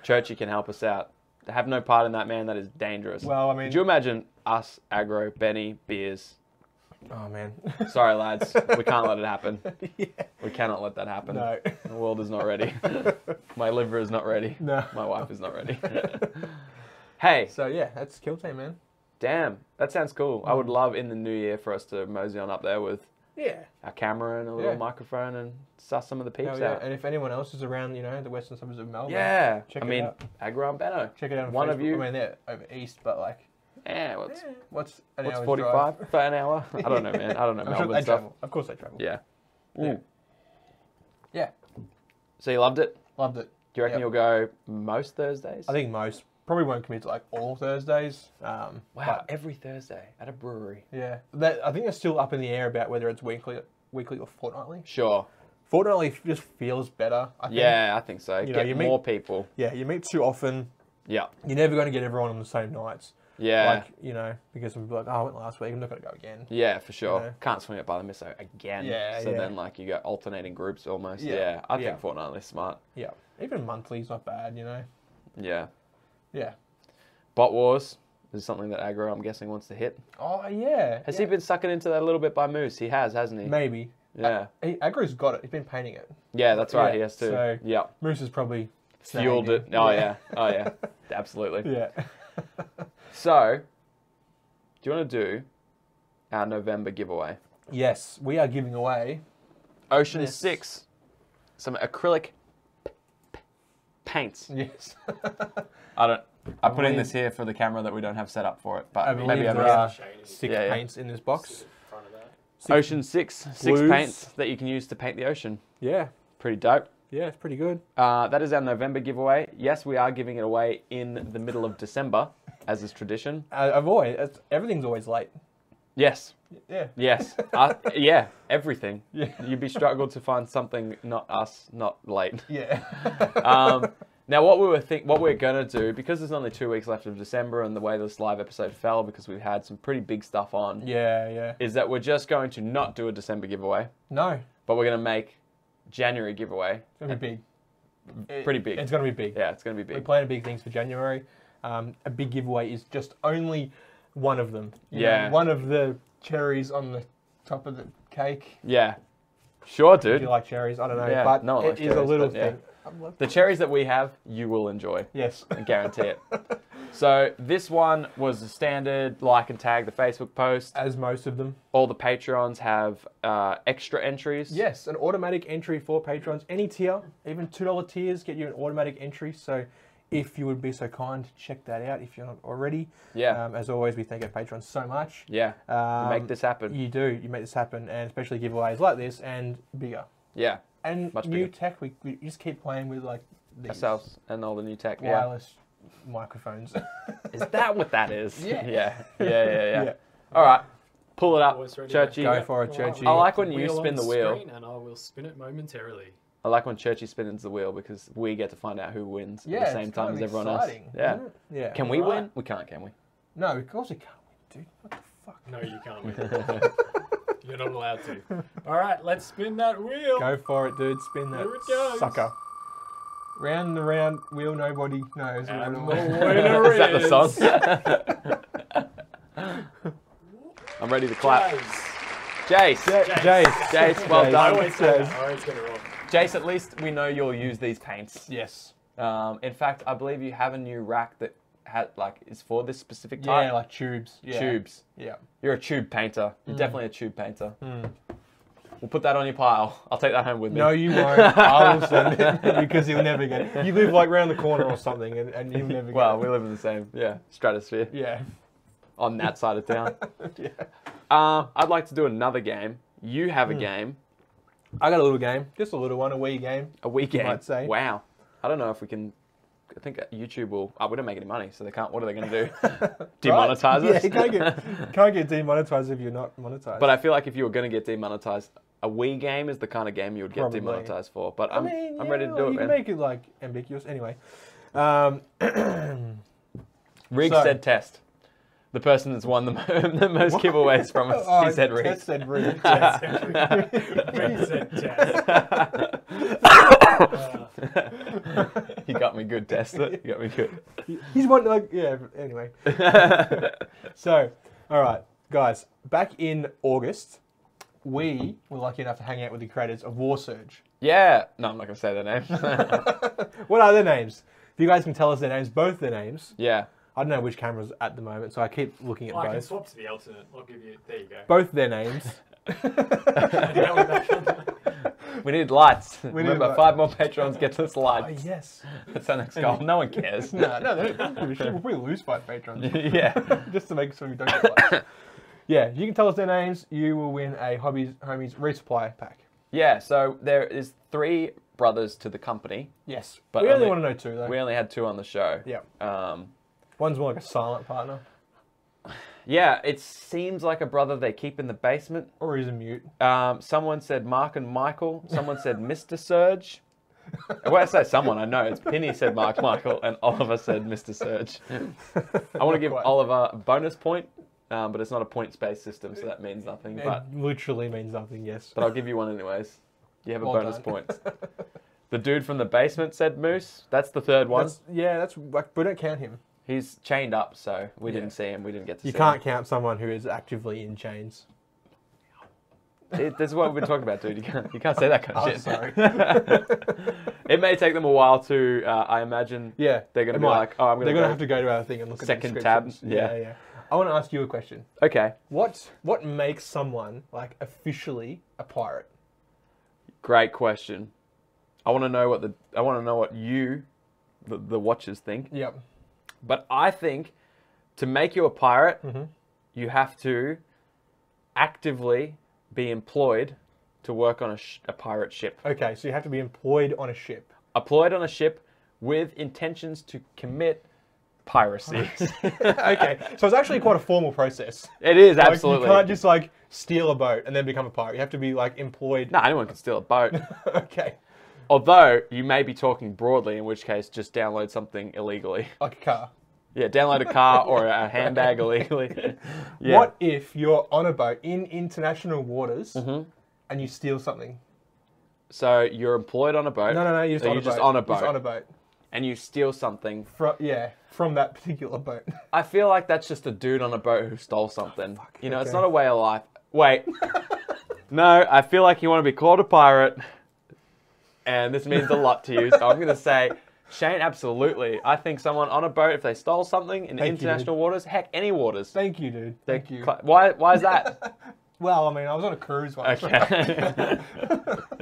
[SPEAKER 2] Churchy can help us out. To have no part in that man, that is dangerous.
[SPEAKER 1] Well, I mean-
[SPEAKER 2] could you imagine us, Aggro, Benny, beers?
[SPEAKER 1] Oh man.
[SPEAKER 2] Sorry, lads, we can't let it happen.
[SPEAKER 1] yeah.
[SPEAKER 2] We cannot let that happen.
[SPEAKER 1] No.
[SPEAKER 2] The world is not ready. My liver is not ready.
[SPEAKER 1] No.
[SPEAKER 2] My wife is not ready. hey,
[SPEAKER 1] So yeah, that's kill team, man.
[SPEAKER 2] damn, that sounds cool. I would love in the new year for us to mosey on up there with
[SPEAKER 1] Yeah.
[SPEAKER 2] our camera and a little
[SPEAKER 1] Yeah.
[SPEAKER 2] microphone and suss some of the peeps
[SPEAKER 1] Hell yeah.
[SPEAKER 2] out.
[SPEAKER 1] And if anyone else is around, you know, the western suburbs of Melbourne.
[SPEAKER 2] Yeah,
[SPEAKER 1] Check
[SPEAKER 2] I
[SPEAKER 1] it
[SPEAKER 2] mean,
[SPEAKER 1] out.
[SPEAKER 2] Aggro and Benno.
[SPEAKER 1] Check it out. On
[SPEAKER 2] One of
[SPEAKER 1] Facebook.
[SPEAKER 2] you.
[SPEAKER 1] I mean, they're over east, but like,
[SPEAKER 2] Yeah, what's
[SPEAKER 1] what's an
[SPEAKER 2] what's
[SPEAKER 1] hour's
[SPEAKER 2] forty
[SPEAKER 1] drive?
[SPEAKER 2] five for an hour? I don't know, man. I don't know
[SPEAKER 1] I'm sure
[SPEAKER 2] Melbourne
[SPEAKER 1] they
[SPEAKER 2] stuff.
[SPEAKER 1] travel. Of course they travel.
[SPEAKER 2] Yeah.
[SPEAKER 1] Yeah.
[SPEAKER 2] Ooh.
[SPEAKER 1] Yeah.
[SPEAKER 2] So you loved it?
[SPEAKER 1] Loved it.
[SPEAKER 2] Do you reckon
[SPEAKER 1] Yep.
[SPEAKER 2] you'll go most Thursdays?
[SPEAKER 1] I think most probably won't commit to like all Thursdays. Um,
[SPEAKER 2] Wow, every Thursday at a brewery.
[SPEAKER 1] but yeah, that, I think it's still up in the air about whether it's weekly, weekly or fortnightly.
[SPEAKER 2] Sure.
[SPEAKER 1] Fortnightly f- just feels better. I think.
[SPEAKER 2] Yeah, I think so.
[SPEAKER 1] know,
[SPEAKER 2] Get
[SPEAKER 1] you meet-
[SPEAKER 2] more people.
[SPEAKER 1] yeah. You meet too often.
[SPEAKER 2] Yeah.
[SPEAKER 1] You're never going to get everyone on the same nights.
[SPEAKER 2] Yeah.
[SPEAKER 1] Like you know, because I'm like, oh, I went last week. I'm not going to go again.
[SPEAKER 2] yeah, for sure.
[SPEAKER 1] know.
[SPEAKER 2] Can't swing it by the missile again.
[SPEAKER 1] Yeah,
[SPEAKER 2] so
[SPEAKER 1] yeah.
[SPEAKER 2] then, like, you go alternating groups almost. Yeah.
[SPEAKER 1] Yeah,
[SPEAKER 2] I
[SPEAKER 1] yeah.
[SPEAKER 2] think Fortnightly's smart.
[SPEAKER 1] Yeah. Even monthly's not bad. You know.
[SPEAKER 2] Yeah.
[SPEAKER 1] Yeah.
[SPEAKER 2] Bot Wars is something that Aggro, I'm guessing, wants to hit.
[SPEAKER 1] Oh yeah.
[SPEAKER 2] Has
[SPEAKER 1] yeah.
[SPEAKER 2] he been sucking into that a little bit by Moose? He has, hasn't he?
[SPEAKER 1] Maybe.
[SPEAKER 2] Yeah.
[SPEAKER 1] A- he, Aggro's got it. He's been painting it.
[SPEAKER 2] Yeah, that's right.
[SPEAKER 1] Yeah,
[SPEAKER 2] He has to.
[SPEAKER 1] so-
[SPEAKER 2] yeah.
[SPEAKER 1] Moose is probably snagged
[SPEAKER 2] Fueled it.
[SPEAKER 1] him.
[SPEAKER 2] Oh, yeah. Oh, yeah. Absolutely.
[SPEAKER 1] Yeah.
[SPEAKER 2] So, do you want to do our November giveaway?
[SPEAKER 1] yes, we are giving away
[SPEAKER 2] Ocean
[SPEAKER 1] Yes.
[SPEAKER 2] 6. Some acrylic p- p- paints.
[SPEAKER 1] Yes.
[SPEAKER 2] I don't. I put in
[SPEAKER 1] believe-
[SPEAKER 2] this here for the camera that we don't have set up for it, but
[SPEAKER 1] I
[SPEAKER 2] maybe
[SPEAKER 1] believe
[SPEAKER 2] I'm
[SPEAKER 1] there
[SPEAKER 2] missing-
[SPEAKER 1] are
[SPEAKER 3] Shading.
[SPEAKER 1] six
[SPEAKER 2] Yeah, yeah.
[SPEAKER 1] paints in this box.
[SPEAKER 3] In front of that.
[SPEAKER 2] Ocean Six, six
[SPEAKER 1] blues.
[SPEAKER 2] paints that you can use to paint the ocean.
[SPEAKER 1] Yeah,
[SPEAKER 2] Pretty dope.
[SPEAKER 1] yeah, it's pretty good.
[SPEAKER 2] Uh, that is our November giveaway. Yes, we are giving it away in the middle of December, as is tradition.
[SPEAKER 1] I, Uh, I've always it's, everything's always late.
[SPEAKER 2] Yes,
[SPEAKER 1] Yeah,
[SPEAKER 2] yes, uh, yeah, everything.
[SPEAKER 1] Yeah.
[SPEAKER 2] You'd be struggled to find something not us, not late.
[SPEAKER 1] yeah,
[SPEAKER 2] um, now, what we were think, what we're gonna do, because there's only two weeks left of December, and the way this live episode fell, because we've had some pretty big stuff on,
[SPEAKER 1] yeah, yeah.
[SPEAKER 2] is that we're just going to not do a December giveaway,
[SPEAKER 1] No,
[SPEAKER 2] but we're gonna make January giveaway.
[SPEAKER 1] it's gonna be big. It-
[SPEAKER 2] pretty big.
[SPEAKER 1] It's gonna be big.
[SPEAKER 2] Yeah, it's gonna be
[SPEAKER 1] We're
[SPEAKER 2] big.
[SPEAKER 1] planning big things for January. Um, a big giveaway is just only one of them. You know,
[SPEAKER 2] Yeah.
[SPEAKER 1] one of the cherries on the top of the cake.
[SPEAKER 2] Yeah, sure,
[SPEAKER 1] If
[SPEAKER 2] dude.
[SPEAKER 1] you like cherries, I don't know,
[SPEAKER 2] Yeah,
[SPEAKER 1] but
[SPEAKER 2] no one
[SPEAKER 1] it
[SPEAKER 2] likes
[SPEAKER 1] is a
[SPEAKER 2] cherries,
[SPEAKER 1] little
[SPEAKER 2] but yeah.
[SPEAKER 1] thing. I'm like-
[SPEAKER 2] The cherries that we have, you will enjoy.
[SPEAKER 1] Yes.
[SPEAKER 2] I guarantee it. So this one was the standard like and tag the Facebook post.
[SPEAKER 1] As most of them.
[SPEAKER 2] All the Patreons have uh, extra entries.
[SPEAKER 1] Yes, an automatic entry for patrons, any tier, even two dollar tiers get you an automatic entry. So, if you would be so kind, check that out if you're not already.
[SPEAKER 2] Yeah.
[SPEAKER 1] Um, as always, we thank our patrons so much.
[SPEAKER 2] Yeah.
[SPEAKER 1] Um,
[SPEAKER 2] make this happen.
[SPEAKER 1] You do. You make this happen, and especially giveaways like this and bigger
[SPEAKER 2] Yeah.
[SPEAKER 1] and
[SPEAKER 2] Much
[SPEAKER 1] new
[SPEAKER 2] bigger.
[SPEAKER 1] tech. We, we just keep playing with like these
[SPEAKER 2] Ourselves and all the new tech. Yeah.
[SPEAKER 1] wireless microphones.
[SPEAKER 2] Is that what that is?
[SPEAKER 1] Yeah.
[SPEAKER 2] Yeah. Yeah. Yeah. yeah.
[SPEAKER 1] Yeah.
[SPEAKER 2] All right. Pull it up,
[SPEAKER 3] Always ready to
[SPEAKER 2] Churchy.
[SPEAKER 1] Go for it, Churchy.
[SPEAKER 2] I like when you
[SPEAKER 3] Wheel
[SPEAKER 2] spin
[SPEAKER 3] on
[SPEAKER 2] the wheel.
[SPEAKER 3] screen and I will spin it momentarily.
[SPEAKER 2] I like when Churchy spins the wheel because we get to find out who wins at the
[SPEAKER 1] it's
[SPEAKER 2] same
[SPEAKER 1] kind
[SPEAKER 2] time as
[SPEAKER 1] of
[SPEAKER 2] everyone
[SPEAKER 1] exciting,
[SPEAKER 2] else. Yeah.
[SPEAKER 1] isn't it? Yeah.
[SPEAKER 2] Can we
[SPEAKER 3] Right.
[SPEAKER 2] win? We can't, can we?
[SPEAKER 1] no, of course we can't. dude. What the fuck?
[SPEAKER 3] No, you can't win. You're not allowed to. All right, let's spin that wheel.
[SPEAKER 1] Go for it, dude. Spin that
[SPEAKER 3] Here it goes.
[SPEAKER 1] sucker. Round and round wheel, nobody knows. We
[SPEAKER 3] And
[SPEAKER 1] don't
[SPEAKER 3] the
[SPEAKER 1] know.
[SPEAKER 3] winner
[SPEAKER 2] Is that the
[SPEAKER 3] is
[SPEAKER 2] song? I'm ready to clap.
[SPEAKER 3] Jace.
[SPEAKER 2] Jace.
[SPEAKER 1] Jace.
[SPEAKER 2] Jace, well
[SPEAKER 1] Jace.
[SPEAKER 3] I
[SPEAKER 2] done.
[SPEAKER 3] always say that. I always get it wrong.
[SPEAKER 2] Jace, at least we know you'll use these paints.
[SPEAKER 1] Yes.
[SPEAKER 2] Um, in fact, I believe you have a new rack that had like is for this specific
[SPEAKER 1] Yeah,
[SPEAKER 2] type.
[SPEAKER 1] like tubes. Yeah. Mm.
[SPEAKER 2] Tubes.
[SPEAKER 1] Yeah.
[SPEAKER 2] You're a tube painter. You're definitely a tube painter. We'll put that on your pile. I'll take that home with me.
[SPEAKER 1] Mm. No, you won't. I will send it because you'll never get it. You live like round the corner or something, and, and you'll never get
[SPEAKER 2] Well,
[SPEAKER 1] it.
[SPEAKER 2] we live in the same yeah stratosphere
[SPEAKER 1] yeah.
[SPEAKER 2] on that side of town.
[SPEAKER 1] yeah.
[SPEAKER 2] Um, I'd like to do another game. You have
[SPEAKER 1] Mm.
[SPEAKER 2] a game,
[SPEAKER 1] I got a little game, just a little one, a wee game.
[SPEAKER 2] a weekend.
[SPEAKER 1] might say.
[SPEAKER 2] Wow. I don't know if we can. I think YouTube will. Oh, we don't make any money, so they can't. What are they going to do?
[SPEAKER 1] right?
[SPEAKER 2] Demonetize us?
[SPEAKER 1] Yeah, you can't get, can't get demonetized if you're not monetized.
[SPEAKER 2] But I feel like if you were going to get demonetized, a Wii game is the kind of game you would get
[SPEAKER 1] Probably.
[SPEAKER 2] demonetized for. But
[SPEAKER 1] I
[SPEAKER 2] I'm,
[SPEAKER 1] mean,
[SPEAKER 2] I'm
[SPEAKER 1] yeah,
[SPEAKER 2] ready to do
[SPEAKER 1] well,
[SPEAKER 2] it,
[SPEAKER 1] You can
[SPEAKER 2] man.
[SPEAKER 1] make it like ambiguous. Anyway, um,
[SPEAKER 2] Riggs
[SPEAKER 1] So-
[SPEAKER 2] said test. The person that's won the, mo- the most giveaways from us.
[SPEAKER 1] oh,
[SPEAKER 2] he said
[SPEAKER 1] Tess
[SPEAKER 2] Riggs.
[SPEAKER 1] said Riggs.
[SPEAKER 3] Jace entry. We said Jace. Uh,
[SPEAKER 2] you got me good, test. You got me good.
[SPEAKER 1] He's one like yeah. but Anyway, so all right, guys. Back in August, we were lucky enough to hang out with the creators of War Surge.
[SPEAKER 2] Yeah. No, I'm not going to say their name.
[SPEAKER 1] What are their names? If you guys can tell us their names, both their names.
[SPEAKER 2] yeah.
[SPEAKER 1] I don't know which camera's at the moment, so I keep looking at
[SPEAKER 3] I can
[SPEAKER 1] both.
[SPEAKER 3] swap to the alternate. I'll give you. There you go.
[SPEAKER 1] Both their names.
[SPEAKER 3] Now we're back on the-
[SPEAKER 2] We need lights.
[SPEAKER 1] need
[SPEAKER 2] Remember,
[SPEAKER 1] lights.
[SPEAKER 2] five more patrons gets us
[SPEAKER 1] Oh,
[SPEAKER 2] lights.
[SPEAKER 1] yes.
[SPEAKER 2] That's our next goal. No one cares.
[SPEAKER 1] No, no, they don't give a shit. We'll probably lose five patrons.
[SPEAKER 2] yeah.
[SPEAKER 1] just to make sure we don't get lost. yeah, you can tell us their names. You will win a Hobbies Homies resupply pack.
[SPEAKER 2] Yeah. So there is three brothers to the company.
[SPEAKER 1] Yes,
[SPEAKER 2] But
[SPEAKER 1] but we only,
[SPEAKER 2] only-
[SPEAKER 1] want to know two though.
[SPEAKER 2] We only had two on the show.
[SPEAKER 1] yeah,
[SPEAKER 2] Um,
[SPEAKER 1] one's more like a silent partner,
[SPEAKER 2] yeah, it seems like a brother they keep in the basement.
[SPEAKER 1] or he's a mute.
[SPEAKER 2] Um, someone said Mark and Michael. Someone said Mr. Surge. When I say someone, I know it's Penny said Mark Michael and Oliver said Mr. Surge. I want to give
[SPEAKER 1] quite.
[SPEAKER 2] Oliver a bonus point, um, but it's not a point space system, so that means nothing. But,
[SPEAKER 1] it literally means nothing. Yes.
[SPEAKER 2] but I'll give you one anyways. You have a
[SPEAKER 1] Well
[SPEAKER 2] bonus
[SPEAKER 1] done.
[SPEAKER 2] point. The dude from the basement said Moose. That's the third one.
[SPEAKER 1] That's- yeah, that's like, but don't count him.
[SPEAKER 2] He's chained up, so we
[SPEAKER 1] Yeah.
[SPEAKER 2] didn't see him. We didn't get to
[SPEAKER 1] You
[SPEAKER 2] see
[SPEAKER 1] can't count someone who is actively in chains.
[SPEAKER 2] him. It, this is what we've been talking about, dude. You can't, you can't say that kind of
[SPEAKER 1] Oh,
[SPEAKER 2] shit.
[SPEAKER 1] sorry.
[SPEAKER 2] It may take them a while to, uh, I imagine.
[SPEAKER 1] Yeah,
[SPEAKER 2] They're gonna
[SPEAKER 1] it
[SPEAKER 2] be
[SPEAKER 1] might.
[SPEAKER 2] like, oh, I'm gonna.
[SPEAKER 1] They're gonna
[SPEAKER 2] go-
[SPEAKER 1] have to go to our thing and look at
[SPEAKER 2] Second
[SPEAKER 1] the
[SPEAKER 2] tab,
[SPEAKER 1] descriptions. yeah, yeah. I want to ask you a question.
[SPEAKER 2] Okay,
[SPEAKER 1] What what makes someone like officially a pirate?
[SPEAKER 2] great question. I want to know what the I want to know what you, the, the watchers think.
[SPEAKER 1] Yep.
[SPEAKER 2] But I think to make you a pirate,
[SPEAKER 1] Mm-hmm.
[SPEAKER 2] you have to actively be employed to work on a, sh- a pirate ship.
[SPEAKER 1] Okay, so you have to be employed on a ship.
[SPEAKER 2] Employed on a ship with intentions to commit piracy.
[SPEAKER 1] okay, so it's actually quite a formal process.
[SPEAKER 2] it is
[SPEAKER 1] Like,
[SPEAKER 2] absolutely.
[SPEAKER 1] you can't just like steal a boat and then become a pirate. You have to be like employed.
[SPEAKER 2] no, anyone can steal a boat.
[SPEAKER 1] Okay,
[SPEAKER 2] Although you may be talking broadly, in which case just download something illegally.
[SPEAKER 1] like a car.
[SPEAKER 2] Yeah, download a car or a handbag illegally. Yeah.
[SPEAKER 1] What if you're on a boat in international waters
[SPEAKER 2] Mm-hmm.
[SPEAKER 1] and you steal something?
[SPEAKER 2] So you're employed on a boat.
[SPEAKER 1] No, no, no. You're just,
[SPEAKER 2] So
[SPEAKER 1] on,
[SPEAKER 2] you're
[SPEAKER 1] a
[SPEAKER 2] just
[SPEAKER 1] boat.
[SPEAKER 2] on a
[SPEAKER 1] You're just
[SPEAKER 2] boat.
[SPEAKER 1] on a boat.
[SPEAKER 2] and you steal something.
[SPEAKER 1] From yeah, from that particular boat.
[SPEAKER 2] I feel like that's just a dude on a boat who stole something. you know, it's
[SPEAKER 1] Oh, okay.
[SPEAKER 2] not a way of life. Wait. no, I feel like you want to be called a pirate, and this means a lot to you. So I'm going to say. Shane, absolutely. I think someone on a boat, if they stole something in
[SPEAKER 1] Thank you, dude.
[SPEAKER 2] international waters, heck, any waters.
[SPEAKER 1] Thank you, dude. Thank you.
[SPEAKER 2] Cla- Why? Why is that?
[SPEAKER 1] Well, I mean, I was on a cruise once,
[SPEAKER 2] okay.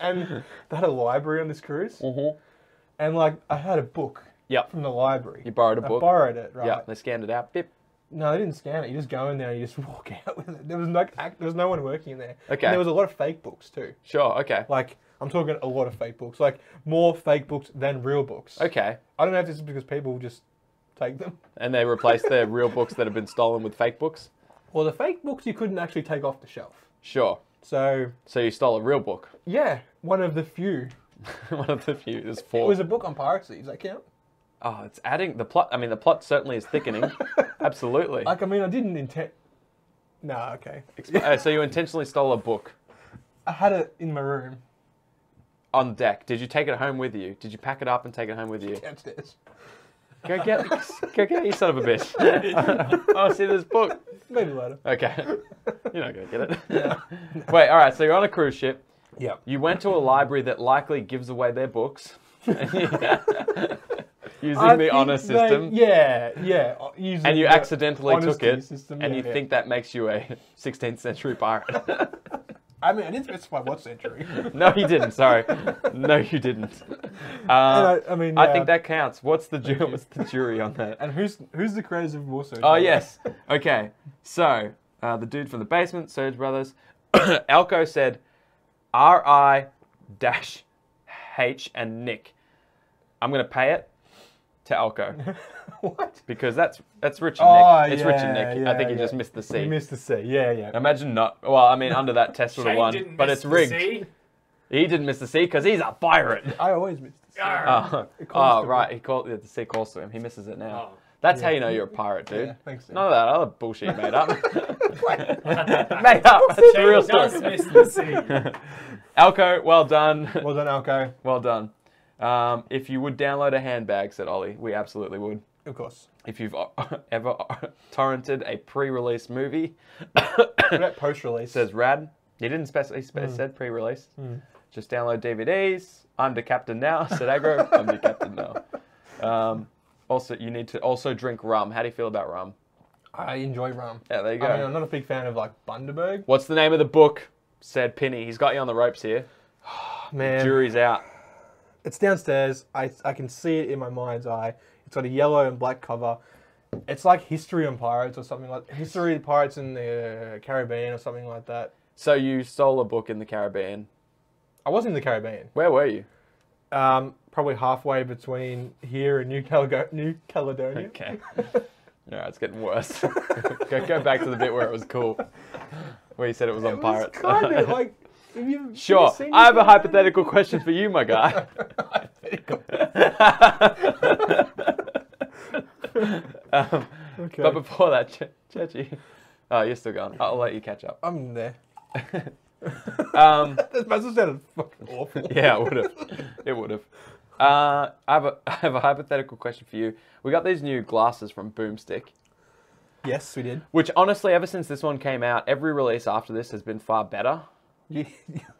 [SPEAKER 1] and they had a library on this cruise,
[SPEAKER 2] Mhm.
[SPEAKER 1] and like I had a book
[SPEAKER 2] Yep.
[SPEAKER 1] from the library.
[SPEAKER 2] You borrowed a
[SPEAKER 1] I
[SPEAKER 2] book.
[SPEAKER 1] borrowed it, right?
[SPEAKER 2] Yeah, they scanned it out. Bip.
[SPEAKER 1] No, they didn't scan it. You just go in there and you just walk out with it. There was no act, there was no one working in there.
[SPEAKER 2] Okay.
[SPEAKER 1] And there was a lot of fake books too.
[SPEAKER 2] Sure. Okay.
[SPEAKER 1] Like I'm talking a lot of fake books. Like more fake books than real books.
[SPEAKER 2] Okay.
[SPEAKER 1] I don't know if this is because people just take them.
[SPEAKER 2] And they replaced their real books that have been stolen with fake books.
[SPEAKER 1] Well, the fake books you couldn't actually take off the shelf.
[SPEAKER 2] Sure.
[SPEAKER 1] So
[SPEAKER 2] So you stole a real book.
[SPEAKER 1] yeah, one of the few.
[SPEAKER 2] One of the few. There's
[SPEAKER 1] It
[SPEAKER 2] four.
[SPEAKER 1] was a book on piracy. Does that count?
[SPEAKER 2] Oh, it's adding the plot. I mean, the plot certainly is thickening. Absolutely.
[SPEAKER 1] Like, I mean, I didn't intend. Nah, okay.
[SPEAKER 2] Exp- uh, so you intentionally stole a book
[SPEAKER 1] I had it in my room
[SPEAKER 2] on deck. Did you take it home with you? Did you pack it up and take it home with you?
[SPEAKER 1] downstairs.
[SPEAKER 2] Go get, go get it, you son of a bitch. oh, see this book.
[SPEAKER 1] Maybe later.
[SPEAKER 2] Okay, you're not gonna get it. Wait, all right. So you're on a cruise ship.
[SPEAKER 1] Yeah.
[SPEAKER 2] You went to a library that likely gives away their books. Using the honor system.
[SPEAKER 1] yeah, yeah. uh, Using
[SPEAKER 2] And you
[SPEAKER 1] the
[SPEAKER 2] accidentally took
[SPEAKER 1] honesty
[SPEAKER 2] it,
[SPEAKER 1] system,
[SPEAKER 2] and
[SPEAKER 1] yeah,
[SPEAKER 2] you
[SPEAKER 1] yeah.
[SPEAKER 2] think that makes you a 16th century pirate.
[SPEAKER 1] I mean, I didn't specify what century.
[SPEAKER 2] no, you didn't. Sorry, no, you didn't. Uh,
[SPEAKER 1] And I- I mean,
[SPEAKER 2] I
[SPEAKER 1] yeah.
[SPEAKER 2] think that counts. What's the ju- what's the jury on that?
[SPEAKER 1] and who's who's the creators of War Surgery?
[SPEAKER 2] Oh yes. Okay. So uh, the dude from the basement, Surge Brothers, Alco said, R I dash H and Nick. I'm gonna pay it to Alco
[SPEAKER 1] what?
[SPEAKER 2] because that's that's Rich and
[SPEAKER 1] Oh,
[SPEAKER 2] Nick. It's Rich and
[SPEAKER 1] yeah,
[SPEAKER 2] Nick. I
[SPEAKER 1] yeah,
[SPEAKER 2] think he
[SPEAKER 1] yeah.
[SPEAKER 2] just missed the C. Um,
[SPEAKER 1] You missed the C. Yeah, yeah.
[SPEAKER 2] Imagine not. Well, I mean, under that test would have
[SPEAKER 3] Shane
[SPEAKER 2] won,
[SPEAKER 3] didn't
[SPEAKER 2] but
[SPEAKER 3] miss
[SPEAKER 2] it's
[SPEAKER 3] the
[SPEAKER 2] rigged.
[SPEAKER 3] sea.
[SPEAKER 2] He didn't miss the C because he's a pirate.
[SPEAKER 1] I always miss the C.
[SPEAKER 3] Arr.
[SPEAKER 2] Oh,
[SPEAKER 1] calls
[SPEAKER 2] oh,
[SPEAKER 1] to
[SPEAKER 2] right. He called the sea calls to him. He misses it now.
[SPEAKER 3] Oh.
[SPEAKER 2] That's how you know you're a pirate, dude.
[SPEAKER 1] Yeah, thanks, dude.
[SPEAKER 2] None of that other bullshit you made up. made up. That's the
[SPEAKER 3] Shane
[SPEAKER 2] real
[SPEAKER 3] does
[SPEAKER 2] story.
[SPEAKER 3] miss the sea.
[SPEAKER 2] Alco, well done.
[SPEAKER 1] Well done, Alco.
[SPEAKER 2] Well done. Um, if you would download a handbag, said Ollie, we absolutely would.
[SPEAKER 1] Of course.
[SPEAKER 2] If you've uh, ever uh, torrented a pre-release movie,
[SPEAKER 1] What about post-release?
[SPEAKER 2] says Rad. He didn't specify. He
[SPEAKER 1] Hmm.
[SPEAKER 2] spe- said pre-release. Just download DVDs. I'm the captain now. Said Agro. I'm the captain now. Um, also, you need to also drink rum. How do you feel about rum?
[SPEAKER 1] I enjoy rum.
[SPEAKER 2] Yeah, there you go.
[SPEAKER 1] I mean, I'm not a big fan of like Bundaberg.
[SPEAKER 2] What's the name of the book? Said Pinny. He's got you on the ropes here.
[SPEAKER 1] man,
[SPEAKER 2] Jury's out.
[SPEAKER 1] it's downstairs. I I can see it in my mind's eye. It's got a yellow and black cover. It's like history on pirates or something like history of pirates in the uh, Caribbean or something like that.
[SPEAKER 2] So you stole a book in the Caribbean.
[SPEAKER 1] I was in the Caribbean.
[SPEAKER 2] Where were you?
[SPEAKER 1] Um, probably halfway between here and New, Calgo- New Caledonia.
[SPEAKER 2] Okay. No, it's getting worse. go, go back to the bit where it was cool, where you said it was on
[SPEAKER 1] It was
[SPEAKER 2] pirates.
[SPEAKER 1] kind of like. Have you, have you
[SPEAKER 2] sure.
[SPEAKER 1] seen
[SPEAKER 2] I have a
[SPEAKER 1] this?
[SPEAKER 2] hypothetical question for you, my guy. um,
[SPEAKER 1] Okay.
[SPEAKER 2] But before that, Ch- Chechi. Oh, you're still gone. I'll let you catch up.
[SPEAKER 1] I'm there.
[SPEAKER 2] Um,
[SPEAKER 1] That must have sounded fucking awful.
[SPEAKER 2] yeah, it would have. It would have. Uh, I, have a, I have a hypothetical question for you. We got these new glasses from Boomstick,
[SPEAKER 1] yes, we did.
[SPEAKER 2] which honestly, ever since this one came out, every release after this has been far better.
[SPEAKER 1] You,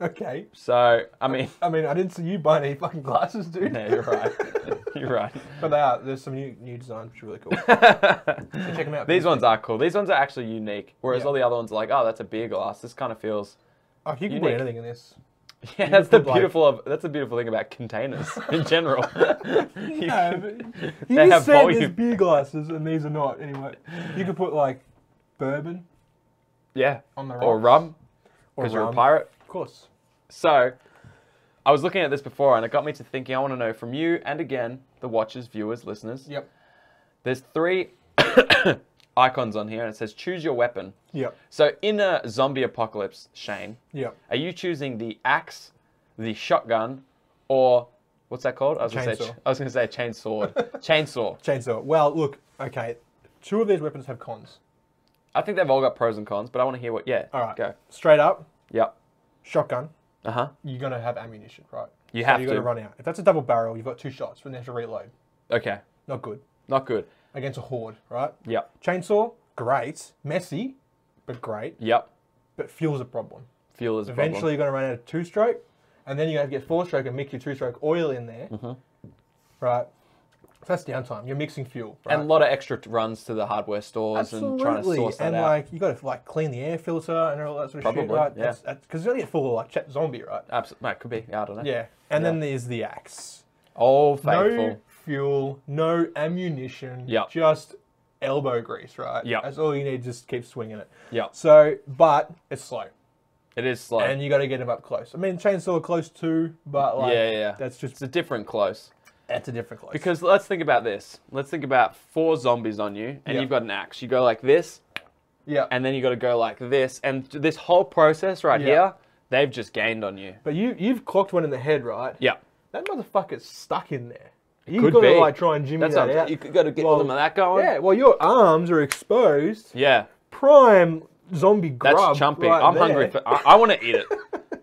[SPEAKER 1] okay.
[SPEAKER 2] So, I mean,
[SPEAKER 1] I mean, I didn't see you buying any fucking glasses, dude.
[SPEAKER 2] yeah, you're right. You're right.
[SPEAKER 1] But they are. There's some new new designs which are really cool. So check them out.
[SPEAKER 2] These ones are cool. These ones are actually unique, whereas
[SPEAKER 1] Yeah.
[SPEAKER 2] all the other ones are like, oh, that's a beer glass. This kind of feels.
[SPEAKER 1] Oh, you can
[SPEAKER 2] unique.
[SPEAKER 1] put anything in this.
[SPEAKER 2] Yeah, that's the
[SPEAKER 1] could, like-
[SPEAKER 2] beautiful of that's the beautiful thing about containers in general. You
[SPEAKER 1] No,
[SPEAKER 2] can-
[SPEAKER 1] but
[SPEAKER 2] they
[SPEAKER 1] you just
[SPEAKER 2] have
[SPEAKER 1] said
[SPEAKER 2] volume.
[SPEAKER 1] there's beer glasses and these are not. Anyway, you could put like bourbon
[SPEAKER 2] yeah,
[SPEAKER 1] on the
[SPEAKER 2] or
[SPEAKER 1] rocks.
[SPEAKER 2] rum
[SPEAKER 1] or
[SPEAKER 2] because you're a
[SPEAKER 1] rum.
[SPEAKER 2] pirate.
[SPEAKER 1] Of course.
[SPEAKER 2] So, I was looking at this before, and it got me to thinking. I want to know from you, and again, the watchers, viewers, listeners.
[SPEAKER 1] Yep.
[SPEAKER 2] There's three icons on here, and it says choose your weapon.
[SPEAKER 1] Yep.
[SPEAKER 2] So, in a zombie apocalypse, Shane,
[SPEAKER 1] Yep.
[SPEAKER 2] are you choosing the axe, the shotgun, or what's that called? I was gonna say
[SPEAKER 1] Chainsaw.
[SPEAKER 2] I was gonna say chainsword. chainsaw.
[SPEAKER 1] Chainsaw. Well, look. Okay. Two of these weapons have cons.
[SPEAKER 2] I think they've all got pros and cons, but I want to hear what. Yeah.
[SPEAKER 1] All right.
[SPEAKER 2] Go.
[SPEAKER 1] Straight up,
[SPEAKER 2] Yep.
[SPEAKER 1] shotgun.
[SPEAKER 2] Uh huh.
[SPEAKER 1] You're gonna have ammunition, right?
[SPEAKER 2] You
[SPEAKER 1] so
[SPEAKER 2] have
[SPEAKER 1] You're gonna
[SPEAKER 2] to.
[SPEAKER 1] run out. If that's a double barrel, you've got two shots, but then you have to reload.
[SPEAKER 2] Okay.
[SPEAKER 1] Not good
[SPEAKER 2] Not good.
[SPEAKER 1] against a horde, right?
[SPEAKER 2] Yep.
[SPEAKER 1] Chainsaw, great, messy, but great.
[SPEAKER 2] Yep.
[SPEAKER 1] But fuel's a problem.
[SPEAKER 2] Fuel is a problem.
[SPEAKER 1] Eventually, you're going to run out of two stroke, and then you have to get four stroke and mix your two stroke oil in there,
[SPEAKER 2] Mm-hmm.
[SPEAKER 1] right? So that's downtime. You're mixing fuel, right?
[SPEAKER 2] and a lot of extra t- runs to the hardware stores and trying to source that
[SPEAKER 1] and
[SPEAKER 2] out.
[SPEAKER 1] like you got to like clean the air filter and all that sort of shit,
[SPEAKER 2] Probably,
[SPEAKER 1] right?
[SPEAKER 2] yeah.
[SPEAKER 1] Because you only get full of like chat zombie, right?
[SPEAKER 2] Absolutely, no, it could be. Yeah, I don't know.
[SPEAKER 1] Yeah. And then there's the axe.
[SPEAKER 2] All faithful.
[SPEAKER 1] No fuel, no ammunition,
[SPEAKER 2] Yep.
[SPEAKER 1] just elbow grease, right?
[SPEAKER 2] Yep.
[SPEAKER 1] That's all you need. Just keep swinging it.
[SPEAKER 2] Yep.
[SPEAKER 1] So, but it's slow.
[SPEAKER 2] It is slow.
[SPEAKER 1] and you got to get them up close. I mean, chainsaw are close too, but like
[SPEAKER 2] Yeah, yeah, yeah.
[SPEAKER 1] that's
[SPEAKER 2] it's
[SPEAKER 1] just
[SPEAKER 2] a different close.
[SPEAKER 1] that's a different close.
[SPEAKER 2] Because let's think about this. Let's think about four zombies on you, and
[SPEAKER 1] Yeah.
[SPEAKER 2] you've got an axe. You go like this,
[SPEAKER 1] yeah,
[SPEAKER 2] and then you got to go like this, and th- this whole process right
[SPEAKER 1] Yeah.
[SPEAKER 2] here, they've just gained on you.
[SPEAKER 1] but you you've clocked one in the head, right?
[SPEAKER 2] Yeah.
[SPEAKER 1] That motherfucker's stuck in there. You've
[SPEAKER 2] Could
[SPEAKER 1] got to
[SPEAKER 2] be.
[SPEAKER 1] like try and jimmy
[SPEAKER 2] That's
[SPEAKER 1] that
[SPEAKER 2] what I'm-
[SPEAKER 1] out.
[SPEAKER 2] you got to get
[SPEAKER 1] Well,
[SPEAKER 2] them of that going.
[SPEAKER 1] yeah, well, your arms are exposed.
[SPEAKER 2] Yeah,
[SPEAKER 1] Prime zombie grub.
[SPEAKER 2] that's chumpy.
[SPEAKER 1] right
[SPEAKER 2] I'm hungry.
[SPEAKER 1] there.
[SPEAKER 2] For, I, I want to eat it.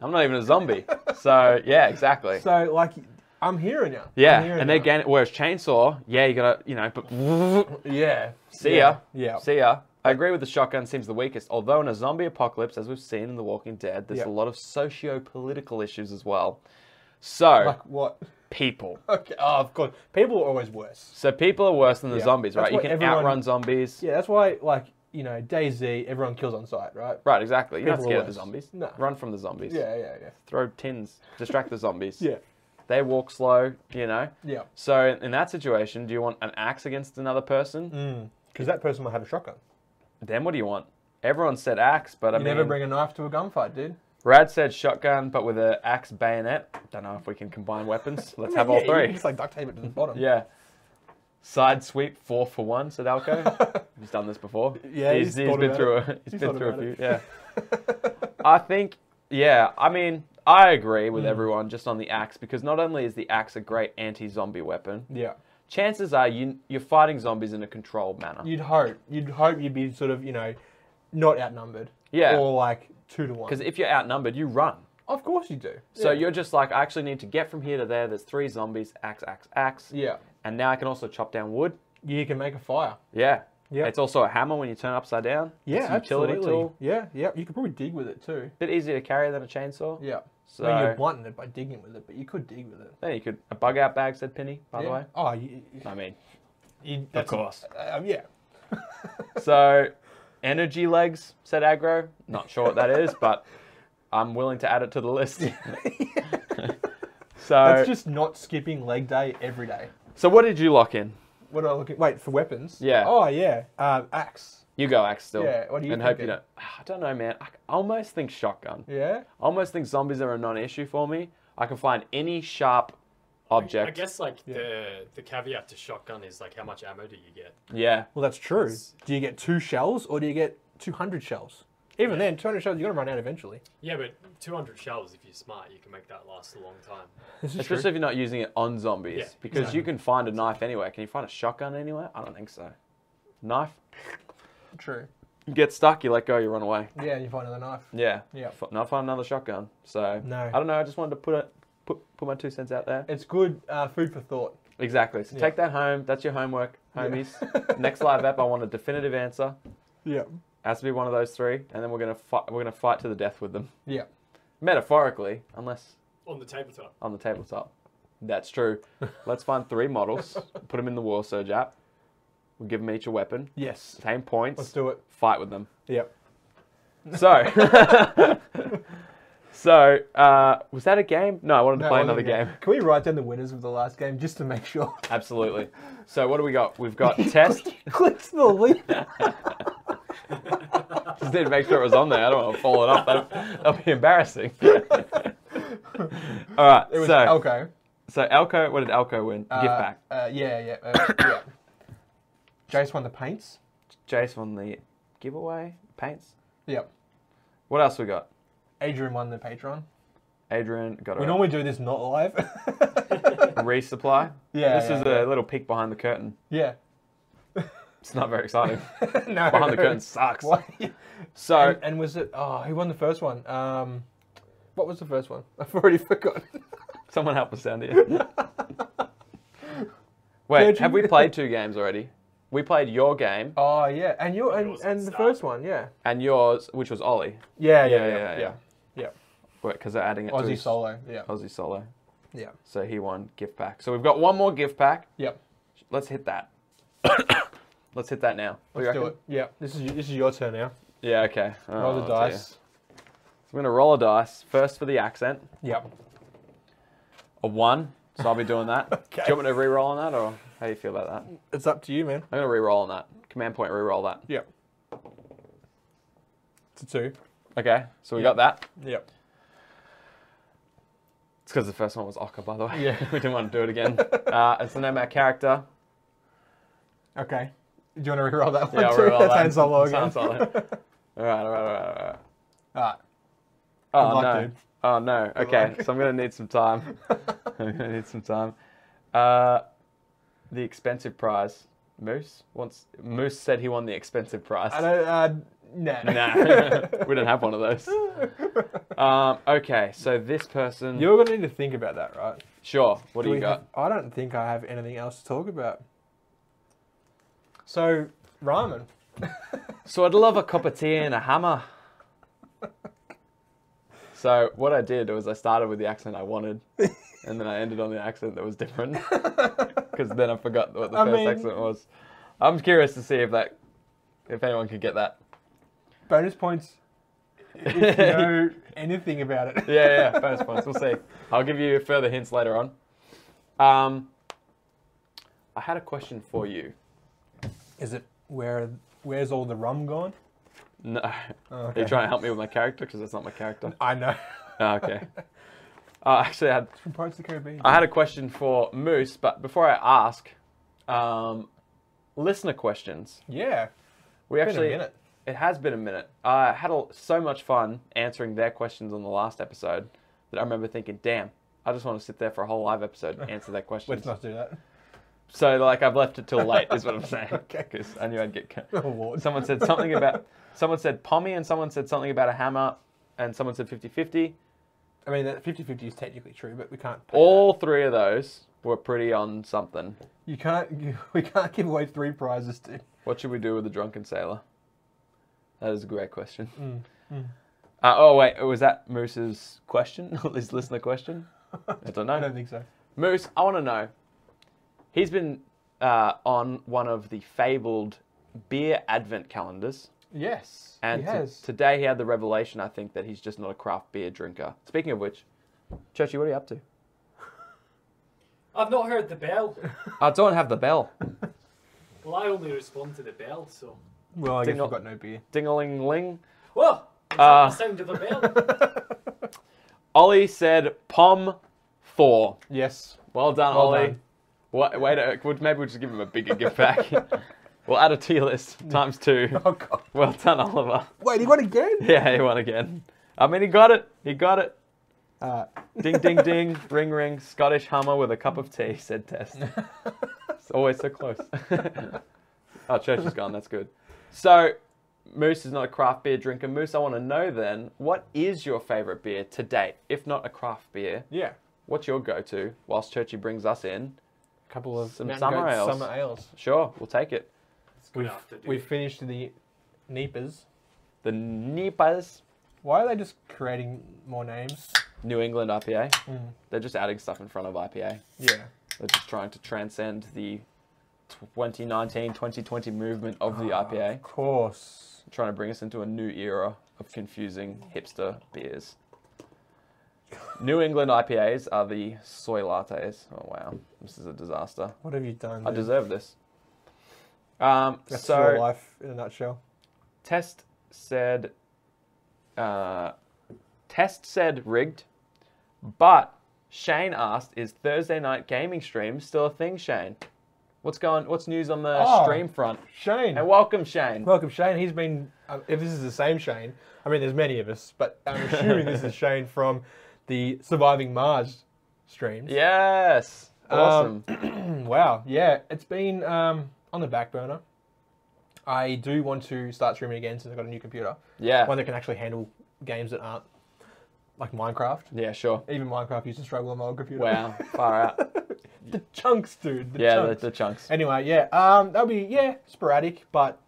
[SPEAKER 2] I'm not even a zombie. So yeah, exactly.
[SPEAKER 1] So like, I'm hearing you.
[SPEAKER 2] yeah, and they're gaining. Whereas chainsaw, yeah, you gotta, you know, but
[SPEAKER 1] yeah.
[SPEAKER 2] See
[SPEAKER 1] yeah.
[SPEAKER 2] ya.
[SPEAKER 1] Yeah.
[SPEAKER 2] See ya. I agree with the shotgun seems the weakest, although in a zombie apocalypse, as we've seen in The Walking Dead, there's
[SPEAKER 1] Yeah.
[SPEAKER 2] a lot of socio-political issues as well. So
[SPEAKER 1] Like what?
[SPEAKER 2] people.
[SPEAKER 1] Okay. Oh, of course. People are always worse.
[SPEAKER 2] So people are worse than the
[SPEAKER 1] Yeah.
[SPEAKER 2] zombies,
[SPEAKER 1] That's
[SPEAKER 2] right? You
[SPEAKER 1] what
[SPEAKER 2] can
[SPEAKER 1] everyone-
[SPEAKER 2] outrun zombies.
[SPEAKER 1] Yeah, that's why like you know DayZ, everyone kills on sight, right?
[SPEAKER 2] Right, exactly. You're not
[SPEAKER 1] People are
[SPEAKER 2] scared of the
[SPEAKER 1] worse.
[SPEAKER 2] zombies.
[SPEAKER 1] No.
[SPEAKER 2] Run from the zombies.
[SPEAKER 1] Yeah, yeah, yeah.
[SPEAKER 2] Throw tins. Distract the zombies.
[SPEAKER 1] Yeah.
[SPEAKER 2] They walk slow, you know.
[SPEAKER 1] Yeah.
[SPEAKER 2] So in- in that situation, do you want an axe against another person?
[SPEAKER 1] Mm. Because that person might have a shotgun.
[SPEAKER 2] Then what do you want? Everyone said axe, but I
[SPEAKER 1] You
[SPEAKER 2] mean,
[SPEAKER 1] never bring a knife to a gunfight, dude.
[SPEAKER 2] Rad said shotgun, but with an axe bayonet. Don't know if we can combine weapons. Let's have all
[SPEAKER 1] Yeah, you
[SPEAKER 2] three.
[SPEAKER 1] Just like duct tape it to the bottom.
[SPEAKER 2] Yeah. Side sweep, four for one, said Alco. he's done this before.
[SPEAKER 1] Yeah,
[SPEAKER 2] he's,
[SPEAKER 1] he's
[SPEAKER 2] he's
[SPEAKER 1] thought
[SPEAKER 2] been
[SPEAKER 1] about
[SPEAKER 2] through
[SPEAKER 1] it.
[SPEAKER 2] a he's
[SPEAKER 1] He's
[SPEAKER 2] been
[SPEAKER 1] thought
[SPEAKER 2] through a
[SPEAKER 1] about
[SPEAKER 2] few.
[SPEAKER 1] it.
[SPEAKER 2] Yeah. I think, yeah, I mean, I agree
[SPEAKER 1] Hmm.
[SPEAKER 2] with everyone just on the axe because not only is the axe a great anti-zombie weapon,
[SPEAKER 1] Yeah.
[SPEAKER 2] chances are you you're fighting zombies in a controlled manner.
[SPEAKER 1] You'd hope. You'd hope you'd be sort of you know, not outnumbered.
[SPEAKER 2] Yeah.
[SPEAKER 1] Or like two to one.
[SPEAKER 2] Because if you're outnumbered, you run.
[SPEAKER 1] of course you do.
[SPEAKER 2] So
[SPEAKER 1] Yeah.
[SPEAKER 2] you're just like, I actually need to get from here to there. There's three zombies, axe, axe, axe.
[SPEAKER 1] Yeah.
[SPEAKER 2] And now I can also chop down wood.
[SPEAKER 1] You can make a fire.
[SPEAKER 2] Yeah.
[SPEAKER 1] Yeah.
[SPEAKER 2] It's also a hammer when you turn upside down. it's a utility tool.
[SPEAKER 1] Yeah, yeah. You could probably dig with it too.
[SPEAKER 2] Bit easier to carry than a chainsaw.
[SPEAKER 1] Yeah.
[SPEAKER 2] So
[SPEAKER 1] I mean, you're blunting it by digging with it, but you could dig with it.
[SPEAKER 2] then you could a bug out bag said Penny, by the
[SPEAKER 1] Yeah.
[SPEAKER 2] way.
[SPEAKER 1] Oh, you,
[SPEAKER 2] I mean,
[SPEAKER 1] you, that's
[SPEAKER 3] course.
[SPEAKER 1] uh, yeah.
[SPEAKER 2] so energy legs said aggro. Not sure what that is, but I'm willing to add it to the list. so,
[SPEAKER 1] That's just not skipping leg day every day.
[SPEAKER 2] so what did you lock in?
[SPEAKER 1] What am I looking? Wait for weapons.
[SPEAKER 2] Yeah.
[SPEAKER 1] Oh yeah. Um, axe.
[SPEAKER 2] You go axe still.
[SPEAKER 1] Yeah, what do you
[SPEAKER 2] And hope you
[SPEAKER 1] thinking?
[SPEAKER 2] don't. Ah, I don't know, man. I almost think shotgun.
[SPEAKER 1] Yeah.
[SPEAKER 2] I almost think zombies are a non-issue for me. I can find any sharp object.
[SPEAKER 3] I guess like the the caveat to shotgun is like how much ammo do you get?
[SPEAKER 2] Yeah.
[SPEAKER 1] Well, that's true.
[SPEAKER 3] It's-
[SPEAKER 1] Do you get two shells or do you get two hundred shells? Even then, two hundred shells, you're gonna run out eventually.
[SPEAKER 3] Yeah, but 200 shells if you're smart, you can make that last a long time.
[SPEAKER 1] This is
[SPEAKER 2] Especially if you're not using it on zombies,
[SPEAKER 3] Yeah,
[SPEAKER 2] because you can find a knife anywhere. Can you find a shotgun anywhere? I don't think so. Knife,
[SPEAKER 1] true.
[SPEAKER 2] you get stuck, you let go, you run away.
[SPEAKER 1] Yeah, and you find another knife.
[SPEAKER 2] Yeah,
[SPEAKER 1] Yeah.
[SPEAKER 2] F- not find another shotgun. So
[SPEAKER 1] No.
[SPEAKER 2] I don't know. I just wanted to put a, put put my two cents out there.
[SPEAKER 1] It's good uh, food for thought.
[SPEAKER 2] Exactly. So
[SPEAKER 1] Yeah.
[SPEAKER 2] take that home. That's your homework,
[SPEAKER 1] Yeah.
[SPEAKER 2] homies. Next live app, I want a definitive answer.
[SPEAKER 1] Yeah.
[SPEAKER 2] Has to be one of those three, and then we're gonna fight. We're gonna fight to the death with them,
[SPEAKER 1] Yeah.
[SPEAKER 2] metaphorically, unless
[SPEAKER 3] On the tabletop.
[SPEAKER 2] on the tabletop. That's true. Let's find three models, put them in the War Surge app. We'll give them each a weapon,
[SPEAKER 1] Yes.
[SPEAKER 2] same points,
[SPEAKER 1] Let's do it.
[SPEAKER 2] fight with them.
[SPEAKER 1] Yep.
[SPEAKER 2] So, so uh, was that a game? No, I wanted to
[SPEAKER 1] No,
[SPEAKER 2] play
[SPEAKER 1] it
[SPEAKER 2] another
[SPEAKER 1] wasn't a
[SPEAKER 2] game.
[SPEAKER 1] Can we write down the winners of the last game just to make sure?
[SPEAKER 2] Absolutely. So what do we got? We've got test.
[SPEAKER 1] Clicks the link.
[SPEAKER 2] Just need to make sure it was on there. I don't want to follow it up. That'll, that'll be embarrassing. All right.
[SPEAKER 1] It was
[SPEAKER 2] so,
[SPEAKER 1] Elko.
[SPEAKER 2] so Elko, what did Elko win?
[SPEAKER 1] Uh,
[SPEAKER 2] Gift back.
[SPEAKER 1] Uh, yeah, yeah, uh, yeah. Jace won the paints.
[SPEAKER 2] Jace won the giveaway paints.
[SPEAKER 1] Yep.
[SPEAKER 2] What else we got?
[SPEAKER 1] Adrian won the Patreon.
[SPEAKER 2] Adrian got
[SPEAKER 1] We
[SPEAKER 2] a
[SPEAKER 1] normally do this not live.
[SPEAKER 2] resupply.
[SPEAKER 1] Yeah,
[SPEAKER 2] This
[SPEAKER 1] yeah,
[SPEAKER 2] is
[SPEAKER 1] yeah.
[SPEAKER 2] a little peek behind the curtain.
[SPEAKER 1] yeah.
[SPEAKER 2] It's not very exciting.
[SPEAKER 1] no.
[SPEAKER 2] behind the curtain sucks.
[SPEAKER 1] Why-
[SPEAKER 2] So
[SPEAKER 1] and, and was it? Oh, who won the first one? Um, what was the first one? I've already forgotten.
[SPEAKER 2] someone help us down here. Wait,
[SPEAKER 1] Did
[SPEAKER 2] have
[SPEAKER 1] you-
[SPEAKER 2] we played two games already? We played your game
[SPEAKER 1] Oh yeah, and you and,
[SPEAKER 3] Yours
[SPEAKER 1] and the
[SPEAKER 3] sucked.
[SPEAKER 1] first one, yeah.
[SPEAKER 2] and yours, which was Ollie.
[SPEAKER 1] Yeah, yeah,
[SPEAKER 2] Yeah,
[SPEAKER 1] yeah, yeah.
[SPEAKER 2] yeah, yeah. because they're adding it to
[SPEAKER 1] Aussie
[SPEAKER 2] his-
[SPEAKER 1] solo. Yeah,
[SPEAKER 2] Aussie solo.
[SPEAKER 1] yeah,
[SPEAKER 2] So he won gift pack. So we've got one more gift pack.
[SPEAKER 1] yep. Let's
[SPEAKER 2] Let's hit that. Let's hit that now. What do you
[SPEAKER 1] do
[SPEAKER 2] reckon?
[SPEAKER 1] it. Yeah, this is this is your turn now.
[SPEAKER 2] Yeah. Okay. Oh,
[SPEAKER 1] Roll the
[SPEAKER 2] dear.
[SPEAKER 1] dice.
[SPEAKER 2] So we're gonna roll a dice first for the accent.
[SPEAKER 1] Yep.
[SPEAKER 2] A one. So I'll be doing that.
[SPEAKER 1] Okay.
[SPEAKER 2] Do you want me to re-roll on that, or how do you feel about that? I'm
[SPEAKER 1] It's up to you, man.
[SPEAKER 2] gonna re-roll on that. Command point re-roll that.
[SPEAKER 1] Yep. It's a two.
[SPEAKER 2] Okay. So we got that.
[SPEAKER 1] Yep.
[SPEAKER 2] It's because the first one was Ocker, by the way.
[SPEAKER 1] Yeah.
[SPEAKER 2] we didn't want to do it again. Uh, it's the name of our character.
[SPEAKER 1] Okay. Do you want to re-roll that one
[SPEAKER 2] Yeah, I'll
[SPEAKER 1] too?
[SPEAKER 2] re-roll
[SPEAKER 1] That's
[SPEAKER 2] that.
[SPEAKER 1] Han Solo again.
[SPEAKER 2] Han Solo. all right. All right. All right. All right.
[SPEAKER 1] All right.
[SPEAKER 2] Oh
[SPEAKER 1] luck,
[SPEAKER 2] no.
[SPEAKER 1] dude.
[SPEAKER 2] Oh no. Okay, so I'm gonna need some time. I'm gonna need some time. Uh, the expensive prize. Moose once Moose said he won the expensive prize.
[SPEAKER 1] I don't. Uh, nah.
[SPEAKER 2] Nah, we don't have one of those. Um, okay, so this person.
[SPEAKER 1] You're gonna need to think about that, right?
[SPEAKER 2] Sure. What do,
[SPEAKER 1] we
[SPEAKER 2] you got?
[SPEAKER 1] have- I don't think I have anything else to talk about. So ramen.
[SPEAKER 2] So I'd love a cup of tea and a hammer. So what I did was I started with the accent I wanted, and then I ended on the accent that was different, because then I forgot what the
[SPEAKER 1] I
[SPEAKER 2] first
[SPEAKER 1] mean-
[SPEAKER 2] accent was. I'm curious to see if that, if anyone could get that.
[SPEAKER 1] Bonus points if you know anything about it.
[SPEAKER 2] Yeah, yeah, bonus points. We'll see. I'll give you further hints later on. Um, I had a question for you.
[SPEAKER 1] Is it where? Where's all the rum gone?
[SPEAKER 2] No,
[SPEAKER 1] Oh,
[SPEAKER 2] are you
[SPEAKER 1] okay.
[SPEAKER 2] trying to help me with my character? Because that's not my character.
[SPEAKER 1] I know.
[SPEAKER 2] Oh, okay. Uh, actually, I had
[SPEAKER 1] From Pirates of the Caribbean.
[SPEAKER 2] I had a question for Moose, but before I ask, um, listener questions.
[SPEAKER 1] yeah.
[SPEAKER 2] We
[SPEAKER 1] been a
[SPEAKER 2] actually
[SPEAKER 1] minute.
[SPEAKER 2] it has been a minute. I had a, so much fun answering their questions on the last episode that I remember thinking, "Damn, I just want to sit there for a whole live episode and answer their
[SPEAKER 1] Let's
[SPEAKER 2] questions."
[SPEAKER 1] not do that.
[SPEAKER 2] So like I've left it till late is what I'm saying
[SPEAKER 1] Okay.
[SPEAKER 2] because I knew I'd get. ca-
[SPEAKER 1] Oh, Lord.
[SPEAKER 2] Someone said something about someone said pommy and someone said something about a hammer and someone said 50-50.
[SPEAKER 1] I mean, that 50-50 is technically true, but we can't. pay
[SPEAKER 2] All three of those were pretty on something.
[SPEAKER 1] that. You can't. You, we can't give away three prizes to.
[SPEAKER 2] What should we do with the drunken sailor? That is a great question. Uh, oh wait, was that Moose's question? His listener question? I don't know.
[SPEAKER 1] I don't think so.
[SPEAKER 2] Moose, I want to know. He's been uh, on one of the fabled beer advent calendars,
[SPEAKER 1] Yes.
[SPEAKER 2] and
[SPEAKER 1] he
[SPEAKER 2] to-
[SPEAKER 1] has.
[SPEAKER 2] today he had the revelation. I think that he's just not a craft beer drinker. Speaking of which, Churchy, what are you up to?
[SPEAKER 3] I've not heard the bell.
[SPEAKER 2] I don't have the bell.
[SPEAKER 3] Well, I only respond to the bell, so.
[SPEAKER 1] well, I
[SPEAKER 2] did
[SPEAKER 1] guess
[SPEAKER 2] not-
[SPEAKER 1] we've got no beer.
[SPEAKER 2] Ding-a-ling-ling. ling
[SPEAKER 3] Whoa!
[SPEAKER 2] Uh.
[SPEAKER 3] Is that the sound of the bell?
[SPEAKER 2] Ollie said pom Thor.
[SPEAKER 1] Yes.
[SPEAKER 2] Well done,
[SPEAKER 1] Well
[SPEAKER 2] Ollie.
[SPEAKER 1] done.
[SPEAKER 2] What, wait, uh, well, maybe we'll just give him a bigger gift back. we'll add a tier list times two.
[SPEAKER 1] Oh God.
[SPEAKER 2] Well done, Oliver.
[SPEAKER 1] Wait, he won again.
[SPEAKER 2] Yeah, he won again. I mean, he got it. He got it.
[SPEAKER 1] Uh,
[SPEAKER 2] Ding, ding, ding. ring, ring. Scottish hummer with a cup of tea, said Test. it's always so close. oh, Church is gone. That's good. So, Moose is not a craft beer drinker. Moose, I want to know then, what is your favourite beer to date? If not a craft beer,
[SPEAKER 1] yeah.
[SPEAKER 2] what's your go to whilst Churchy brings us in?
[SPEAKER 1] A couple of
[SPEAKER 2] Some
[SPEAKER 1] Mountain
[SPEAKER 2] summer
[SPEAKER 1] Goat
[SPEAKER 2] ales.
[SPEAKER 1] Summer ales.
[SPEAKER 2] Sure, we'll take it.
[SPEAKER 1] We've,
[SPEAKER 3] have to do
[SPEAKER 1] we've
[SPEAKER 3] it.
[SPEAKER 1] finished the Neepers.
[SPEAKER 2] The Nipas
[SPEAKER 1] Why are they just creating more names?
[SPEAKER 2] New England IPA.
[SPEAKER 1] Hmm.
[SPEAKER 2] They're just adding stuff in front of IPA.
[SPEAKER 1] Yeah.
[SPEAKER 2] They're just trying to transcend the 2019-2020 movement of the IPA,
[SPEAKER 1] Ah, Of course.
[SPEAKER 2] trying to bring us into a new era of confusing hipster beers. New England IPAs are the soy lattes. Oh wow, this is a disaster.
[SPEAKER 1] What have you done?
[SPEAKER 2] I
[SPEAKER 1] dude?
[SPEAKER 2] deserve this. Um,
[SPEAKER 1] That's
[SPEAKER 2] so
[SPEAKER 1] your life in a nutshell.
[SPEAKER 2] Test said, uh, Test said rigged, but Shane asked, is Thursday night gaming stream still a thing, Shane? What's going? What's news on the
[SPEAKER 1] Oh.
[SPEAKER 2] stream front?
[SPEAKER 1] Shane.
[SPEAKER 2] And welcome, Shane.
[SPEAKER 1] Welcome, Shane. He's been. Um, if this is the same Shane, I mean, there's many of us, but I'm assuming this is Shane from the Surviving Mars streams.
[SPEAKER 2] Yes,
[SPEAKER 1] Um,
[SPEAKER 2] awesome.
[SPEAKER 1] Wow. Yeah, it's been um, on the back burner. I do want to start streaming again since I've got a new computer.
[SPEAKER 2] yeah,
[SPEAKER 1] One that can actually handle games that aren't like Minecraft.
[SPEAKER 2] yeah, sure.
[SPEAKER 1] Even Minecraft used to struggle on my old computer.
[SPEAKER 2] Wow, far out.
[SPEAKER 1] the chunks, dude. The
[SPEAKER 2] Yeah, the,
[SPEAKER 1] chunks.
[SPEAKER 2] the chunks.
[SPEAKER 1] Anyway, yeah. Um, that'll be yeah sporadic, but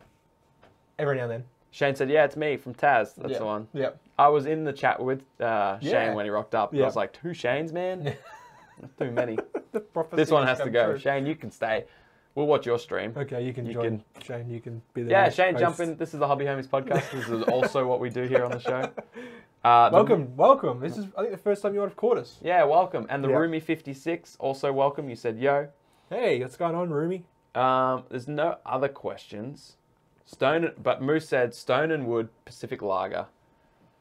[SPEAKER 1] every now and then.
[SPEAKER 2] Shane said, "Yeah, it's me from Taz. That's
[SPEAKER 1] yeah.
[SPEAKER 2] the one."
[SPEAKER 1] Yeah.
[SPEAKER 2] I was in the chat with uh,
[SPEAKER 1] Yeah.
[SPEAKER 2] Shane when he rocked up.
[SPEAKER 1] Yeah.
[SPEAKER 2] I was like, two Shanes, man. Not Too many.
[SPEAKER 1] The prophecy
[SPEAKER 2] this one
[SPEAKER 1] has
[SPEAKER 2] has
[SPEAKER 1] come
[SPEAKER 2] to go.
[SPEAKER 1] true.
[SPEAKER 2] Shane, you can stay. We'll watch your stream.
[SPEAKER 1] Okay, you can
[SPEAKER 2] You
[SPEAKER 1] join. Shane, you can be there.
[SPEAKER 2] Yeah, Shane, jump in. This is the Hobby Homies podcast. This is also what we do here on the show. Uh, the-
[SPEAKER 1] Welcome, welcome. This is I think the first time you would have caught us.
[SPEAKER 2] yeah, welcome. And the
[SPEAKER 1] Yeah.
[SPEAKER 2] Roomie56, also welcome. You said, yo.
[SPEAKER 1] Hey, what's going on, Roomy?
[SPEAKER 2] Um, there's no other questions. Stone, but Moose said Stone and Wood Pacific Lager.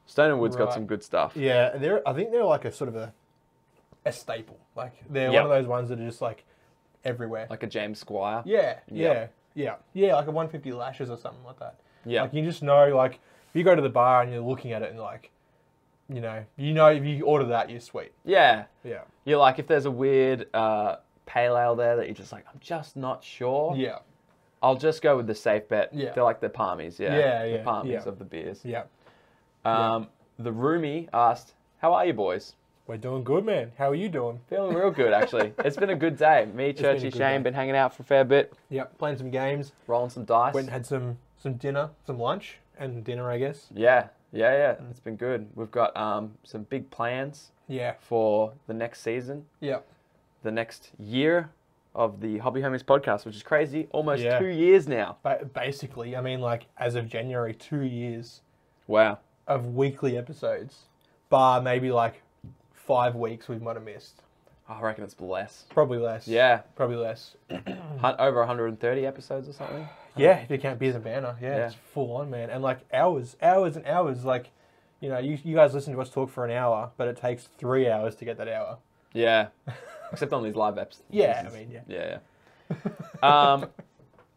[SPEAKER 2] Stone and Wood's
[SPEAKER 1] Right.
[SPEAKER 2] got some good stuff.
[SPEAKER 1] Yeah, they're. I think they're like a sort of a a staple. Like they're one
[SPEAKER 2] Yep.
[SPEAKER 1] of those ones that are just like everywhere.
[SPEAKER 2] Like a James Squire.
[SPEAKER 1] yeah, yeah,
[SPEAKER 2] Yeah.
[SPEAKER 1] yeah, yeah. Like a 150 lashes or something like that.
[SPEAKER 2] Yeah.
[SPEAKER 1] Like you just know, like if you go to the bar and you're looking at it and like, you know, you know if you order that, you're sweet.
[SPEAKER 2] yeah.
[SPEAKER 1] Yeah.
[SPEAKER 2] You're like, if there's a weird uh, pale ale there that you're just like, I'm just not sure.
[SPEAKER 1] Yeah.
[SPEAKER 2] I'll just go with the safe bet.
[SPEAKER 1] Yeah.
[SPEAKER 2] They're like the palmies, yeah.
[SPEAKER 1] Yeah,
[SPEAKER 2] The
[SPEAKER 1] yeah,
[SPEAKER 2] palmies
[SPEAKER 1] yeah.
[SPEAKER 2] of the beers.
[SPEAKER 1] Yeah.
[SPEAKER 2] Um, The roomie asked, How are you boys?
[SPEAKER 1] We're doing good, man. How are you doing?
[SPEAKER 2] Feeling real good, actually. it's been a good day.
[SPEAKER 1] been
[SPEAKER 2] Me,
[SPEAKER 1] a
[SPEAKER 2] Churchy,
[SPEAKER 1] good
[SPEAKER 2] Shane,
[SPEAKER 1] day.
[SPEAKER 2] been hanging out for a fair bit,
[SPEAKER 1] Yep. Playing some games.
[SPEAKER 2] rolling some dice.
[SPEAKER 1] Went and had some some dinner, some lunch, and dinner, I guess.
[SPEAKER 2] yeah, yeah, yeah.
[SPEAKER 1] Mm.
[SPEAKER 2] It's been good. We've got um, some big plans
[SPEAKER 1] Yeah.
[SPEAKER 2] for the next season,
[SPEAKER 1] Yep.
[SPEAKER 2] the next year of the Hobby Homies podcast, which is crazy. Almost
[SPEAKER 1] Yeah.
[SPEAKER 2] two years now.
[SPEAKER 1] But basically, I mean, like as of January, two years
[SPEAKER 2] Wow.
[SPEAKER 1] of weekly episodes, bar maybe like five weeks we might have missed,
[SPEAKER 2] I reckon it's less.
[SPEAKER 1] probably less.
[SPEAKER 2] Yeah.
[SPEAKER 1] Probably less. Mm.
[SPEAKER 2] Hun- over 130 episodes or something.
[SPEAKER 1] Yeah, if you count beers and banner, yeah,
[SPEAKER 2] Yeah.
[SPEAKER 1] it's full on, man. And like hours, hours and hours. Like, you know, you, you guys listen to us talk for an hour, but it takes three hours to get that hour.
[SPEAKER 2] Yeah. Except on these live apps.
[SPEAKER 1] Yeah, I mean, yeah.
[SPEAKER 2] Yeah, yeah. um,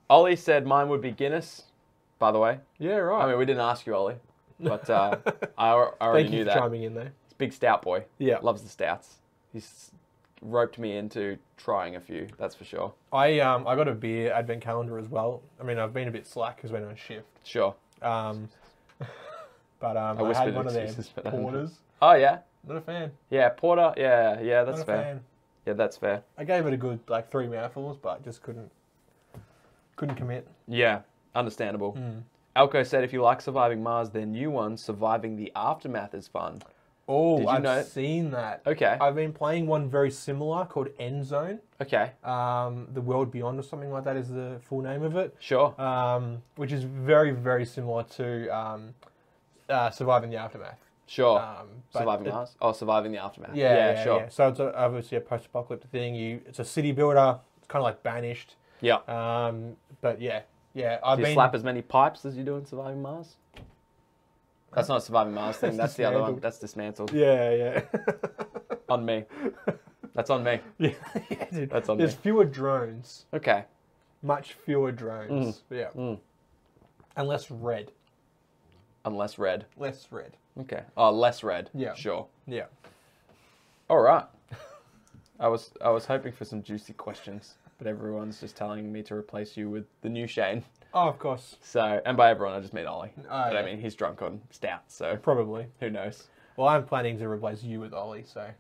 [SPEAKER 2] Ollie said mine would be Guinness, by the way.
[SPEAKER 1] Yeah, right.
[SPEAKER 2] I mean, we didn't ask you, Ollie, but uh, I, al- I already
[SPEAKER 1] Thank
[SPEAKER 2] knew
[SPEAKER 1] you for
[SPEAKER 2] that.
[SPEAKER 1] chiming in, though.
[SPEAKER 2] He's a big stout boy.
[SPEAKER 1] Yeah.
[SPEAKER 2] Loves the stouts. He's roped me into trying a few, that's for sure.
[SPEAKER 1] I um I got a beer advent calendar as well. I mean, I've been a bit slack because we're on shift.
[SPEAKER 2] Sure.
[SPEAKER 1] Um, but um,
[SPEAKER 2] I
[SPEAKER 1] I,
[SPEAKER 2] whispered
[SPEAKER 1] had one of them
[SPEAKER 2] excuses, but I don't know.
[SPEAKER 1] porters.
[SPEAKER 2] Oh, yeah.
[SPEAKER 1] Not a fan.
[SPEAKER 2] Yeah, Porter. Yeah, yeah, that's
[SPEAKER 1] Not a
[SPEAKER 2] fair.
[SPEAKER 1] fan.
[SPEAKER 2] Yeah, that's fair.
[SPEAKER 1] I gave it a good like three mouthfuls, but just couldn't couldn't commit.
[SPEAKER 2] Yeah, understandable.
[SPEAKER 1] Hmm.
[SPEAKER 2] Alco said if you like Surviving Mars, their new one, Surviving the Aftermath, is fun. Did
[SPEAKER 1] Oh,
[SPEAKER 2] you
[SPEAKER 1] I've
[SPEAKER 2] know-
[SPEAKER 1] seen that.
[SPEAKER 2] Okay.
[SPEAKER 1] I've been playing one very similar called End Zone.
[SPEAKER 2] Okay.
[SPEAKER 1] Um, the World Beyond or something like that is the full name of it,
[SPEAKER 2] Sure.
[SPEAKER 1] um, which is very very similar to um, uh, Surviving the Aftermath.
[SPEAKER 2] Sure.
[SPEAKER 1] Um, but
[SPEAKER 2] surviving
[SPEAKER 1] it-
[SPEAKER 2] Mars. Oh, surviving Oh, the aftermath.
[SPEAKER 1] Yeah, yeah, yeah
[SPEAKER 2] sure.
[SPEAKER 1] So it's a, obviously a post-apocalyptic thing. You, it's a city builder. It's kind of like banished.
[SPEAKER 2] Yeah.
[SPEAKER 1] Um, but yeah, yeah. I've
[SPEAKER 2] Do you
[SPEAKER 1] been
[SPEAKER 2] slap as many pipes as you do in surviving Mars? That's not a surviving Mars thing.
[SPEAKER 1] That's
[SPEAKER 2] That's the other one.
[SPEAKER 1] dismantled.
[SPEAKER 2] That's dismantled.
[SPEAKER 1] Yeah, yeah.
[SPEAKER 2] On me. That's on me.
[SPEAKER 1] yeah, yeah dude.
[SPEAKER 2] That's on
[SPEAKER 1] There's
[SPEAKER 2] me.
[SPEAKER 1] fewer drones.
[SPEAKER 2] Okay.
[SPEAKER 1] Much fewer drones. Yeah. And less red.
[SPEAKER 2] Unless red.
[SPEAKER 1] Less red.
[SPEAKER 2] Okay. Oh, less red.
[SPEAKER 1] Yeah.
[SPEAKER 2] Sure.
[SPEAKER 1] Yeah.
[SPEAKER 2] All right. I was I was hoping for some juicy questions, but everyone's just telling me to replace you with the new Shane.
[SPEAKER 1] Oh, of course.
[SPEAKER 2] So, and by everyone I just mean Ollie. but I
[SPEAKER 1] Oh, yeah.
[SPEAKER 2] mean he's drunk on stout, so
[SPEAKER 1] Probably.
[SPEAKER 2] who knows?
[SPEAKER 1] Well, I'm planning to replace you with Ollie, so.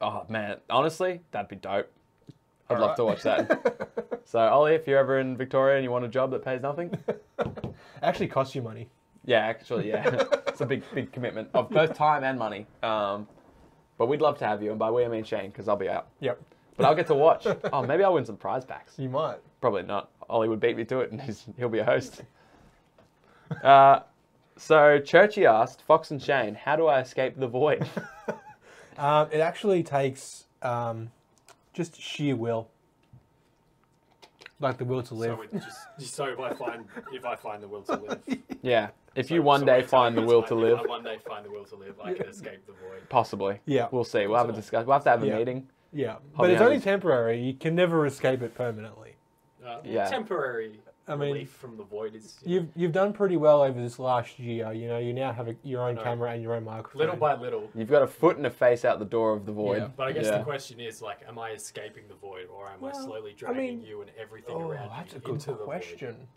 [SPEAKER 2] Oh man, honestly, that'd be dope. I'd
[SPEAKER 1] All
[SPEAKER 2] love
[SPEAKER 1] right.
[SPEAKER 2] to watch that. so Ollie, if you're ever in Victoria and you want a job that pays nothing,
[SPEAKER 1] It actually costs you money.
[SPEAKER 2] yeah, actually, yeah, it's a big, big commitment of both time and money. Um, but we'd love to have you, and by we I mean Shane, because I'll be out.
[SPEAKER 1] Yep.
[SPEAKER 2] But I'll get to watch. oh, maybe I'll win some prize packs.
[SPEAKER 1] You might.
[SPEAKER 2] Probably not. Ollie would beat me to it, and he's, he'll be a host. Uh, so Churchy asked Fox and Shane, "How do I escape the void?"
[SPEAKER 1] Um, it actually takes um, just sheer will. Like the will to live.
[SPEAKER 3] So, it just, just so if I find if I find the will to live,
[SPEAKER 2] yeah, if
[SPEAKER 3] So-
[SPEAKER 2] you one
[SPEAKER 3] so
[SPEAKER 2] day
[SPEAKER 3] what you're telling
[SPEAKER 2] find the
[SPEAKER 3] me is
[SPEAKER 2] will
[SPEAKER 3] I-
[SPEAKER 2] to
[SPEAKER 3] if
[SPEAKER 2] live,
[SPEAKER 3] I one day find the will to live. I can escape the void.
[SPEAKER 2] Possibly.
[SPEAKER 1] Yeah.
[SPEAKER 2] We'll see. We'll have a discussion. We'll have to have a
[SPEAKER 1] Yeah.
[SPEAKER 2] meeting.
[SPEAKER 1] yeah.
[SPEAKER 2] Hobby
[SPEAKER 1] But it's only
[SPEAKER 2] Homies.
[SPEAKER 1] temporary. You can never escape it permanently.
[SPEAKER 3] Uh,
[SPEAKER 2] Yeah.
[SPEAKER 3] Temporary
[SPEAKER 1] I mean-
[SPEAKER 3] relief from the void is you know,
[SPEAKER 1] You've you've done pretty well over this last year. You know, you now have a, your own
[SPEAKER 3] No.
[SPEAKER 1] camera and your own microphone.
[SPEAKER 3] little by little.
[SPEAKER 2] You've got a foot and a face out the door of the void.
[SPEAKER 1] Yeah.
[SPEAKER 3] But I guess
[SPEAKER 2] Yeah.
[SPEAKER 3] the question is like, am I escaping the void, or am I
[SPEAKER 1] Well,
[SPEAKER 3] slowly
[SPEAKER 1] I mean-
[SPEAKER 3] dragging you and everything
[SPEAKER 1] Oh,
[SPEAKER 3] around
[SPEAKER 1] that's a
[SPEAKER 3] you
[SPEAKER 1] good
[SPEAKER 3] into the
[SPEAKER 1] question.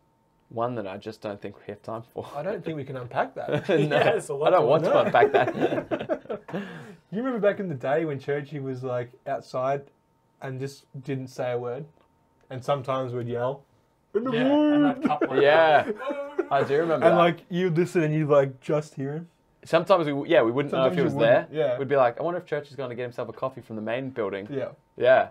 [SPEAKER 2] One that I just don't think we have time for.
[SPEAKER 1] I don't think we can unpack that.
[SPEAKER 2] no,
[SPEAKER 3] Yeah, it's a lot
[SPEAKER 2] I don't
[SPEAKER 3] to
[SPEAKER 2] want to
[SPEAKER 1] unpack.
[SPEAKER 2] unpack that.
[SPEAKER 1] you remember back in the day when Churchy was like outside and just didn't say a word, and sometimes would yell, "In the
[SPEAKER 3] void? Yeah, and
[SPEAKER 1] void!"
[SPEAKER 3] I'd cut my
[SPEAKER 2] yeah, I do remember.
[SPEAKER 1] and
[SPEAKER 2] that.
[SPEAKER 1] like you listen and you like just hear him.
[SPEAKER 2] sometimes we, yeah, we wouldn't know if
[SPEAKER 1] Sometimes
[SPEAKER 2] he
[SPEAKER 1] you
[SPEAKER 2] was there.
[SPEAKER 1] wouldn't, yeah.
[SPEAKER 2] we'd be like, I wonder if Church is going to get himself a coffee from the main building.
[SPEAKER 1] Yeah.
[SPEAKER 2] yeah,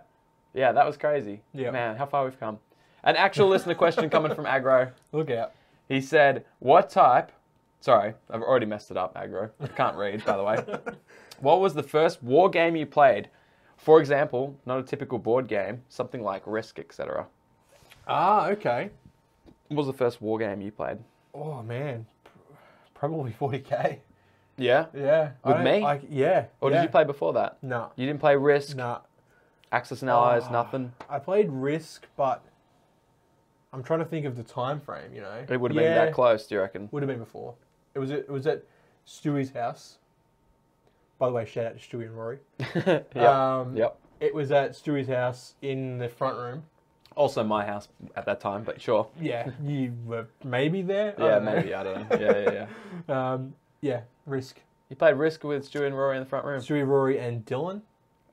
[SPEAKER 2] Yeah, that was crazy.
[SPEAKER 1] Yeah.
[SPEAKER 2] man, how far we've come. An actual listener question coming from Agro.
[SPEAKER 1] Look out.
[SPEAKER 2] He said, What type? Sorry, I've already messed it up, aggro. I can't read, by the way. What was the first war game you played? For example, not a typical board game, something like Risk, etc.
[SPEAKER 1] Ah, okay.
[SPEAKER 2] What was the first war game you played?
[SPEAKER 1] Oh man, probably 40k.
[SPEAKER 2] Yeah.
[SPEAKER 1] Yeah. I
[SPEAKER 2] With
[SPEAKER 1] don't-
[SPEAKER 2] me?
[SPEAKER 1] I, yeah.
[SPEAKER 2] Or
[SPEAKER 1] yeah.
[SPEAKER 2] did you play before that?
[SPEAKER 1] Nah.
[SPEAKER 2] You didn't play Risk,
[SPEAKER 1] Nah.
[SPEAKER 2] Axis and Allies,
[SPEAKER 1] Ah.
[SPEAKER 2] nothing.
[SPEAKER 1] I played Risk, but I'm trying to think of the time frame. You know,
[SPEAKER 2] It would have been that close, do you reckon?
[SPEAKER 1] Would have been before. It was at, it was at Stewie's house. By the way, shout out to Stewie and Rory.
[SPEAKER 2] yep.
[SPEAKER 1] Um,
[SPEAKER 2] yep.
[SPEAKER 1] It was at Stewie's house in the front room.
[SPEAKER 2] Also, my house at that time, but sure.
[SPEAKER 1] Yeah, you were maybe there. I
[SPEAKER 2] Yeah,
[SPEAKER 1] don't know.
[SPEAKER 2] maybe. I don't know. Yeah, yeah, yeah.
[SPEAKER 1] Um, yeah, Risk.
[SPEAKER 2] You played Risk with Stu and Rory in the front room.
[SPEAKER 1] Stewie, Rory, and Dylan.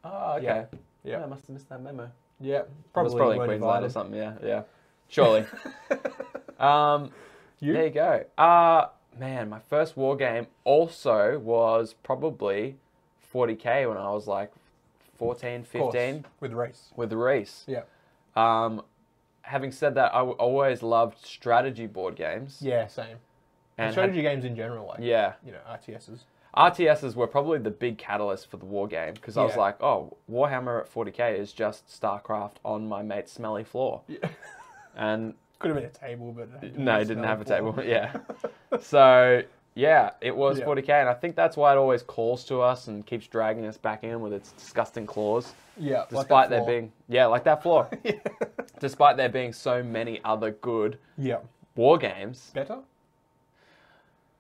[SPEAKER 2] Oh, okay.
[SPEAKER 1] Yeah.
[SPEAKER 2] Yeah,
[SPEAKER 1] Yeah.
[SPEAKER 2] I must have missed that memo.
[SPEAKER 1] Yeah,
[SPEAKER 2] Probably,
[SPEAKER 1] probably,
[SPEAKER 2] was probably in
[SPEAKER 1] weren't
[SPEAKER 2] Queensland or
[SPEAKER 1] invited.
[SPEAKER 2] something. Yeah, yeah. Surely. um,
[SPEAKER 1] You?
[SPEAKER 2] There you go. Uh, man, my first war game also was probably 40k when I was like 14,
[SPEAKER 1] Of course,
[SPEAKER 2] 15
[SPEAKER 1] with race.
[SPEAKER 2] with Reese.
[SPEAKER 1] Yeah,
[SPEAKER 2] Um, having said that, I w- always loved strategy board games.
[SPEAKER 1] yeah, same.
[SPEAKER 2] And had-
[SPEAKER 1] strategy games in general, like
[SPEAKER 2] yeah.
[SPEAKER 1] you know, RTSs.
[SPEAKER 2] RTSs were probably the big catalyst for the war game because I was
[SPEAKER 1] Yeah.
[SPEAKER 2] like, oh, Warhammer at 40k is just StarCraft on my mate's smelly floor.
[SPEAKER 1] Yeah.
[SPEAKER 2] And
[SPEAKER 1] Could have been a table, but it
[SPEAKER 2] no, it didn't have a
[SPEAKER 1] smell
[SPEAKER 2] table. Yeah. so, yeah, it was
[SPEAKER 1] Yeah.
[SPEAKER 2] 40k. And I think that's why it always calls to us and keeps dragging us back in with its disgusting claws.
[SPEAKER 1] Yeah, like a
[SPEAKER 2] Despite there
[SPEAKER 1] floor.
[SPEAKER 2] being, yeah, like that floor. Despite there being so many other good
[SPEAKER 1] yeah
[SPEAKER 2] war games.
[SPEAKER 1] better.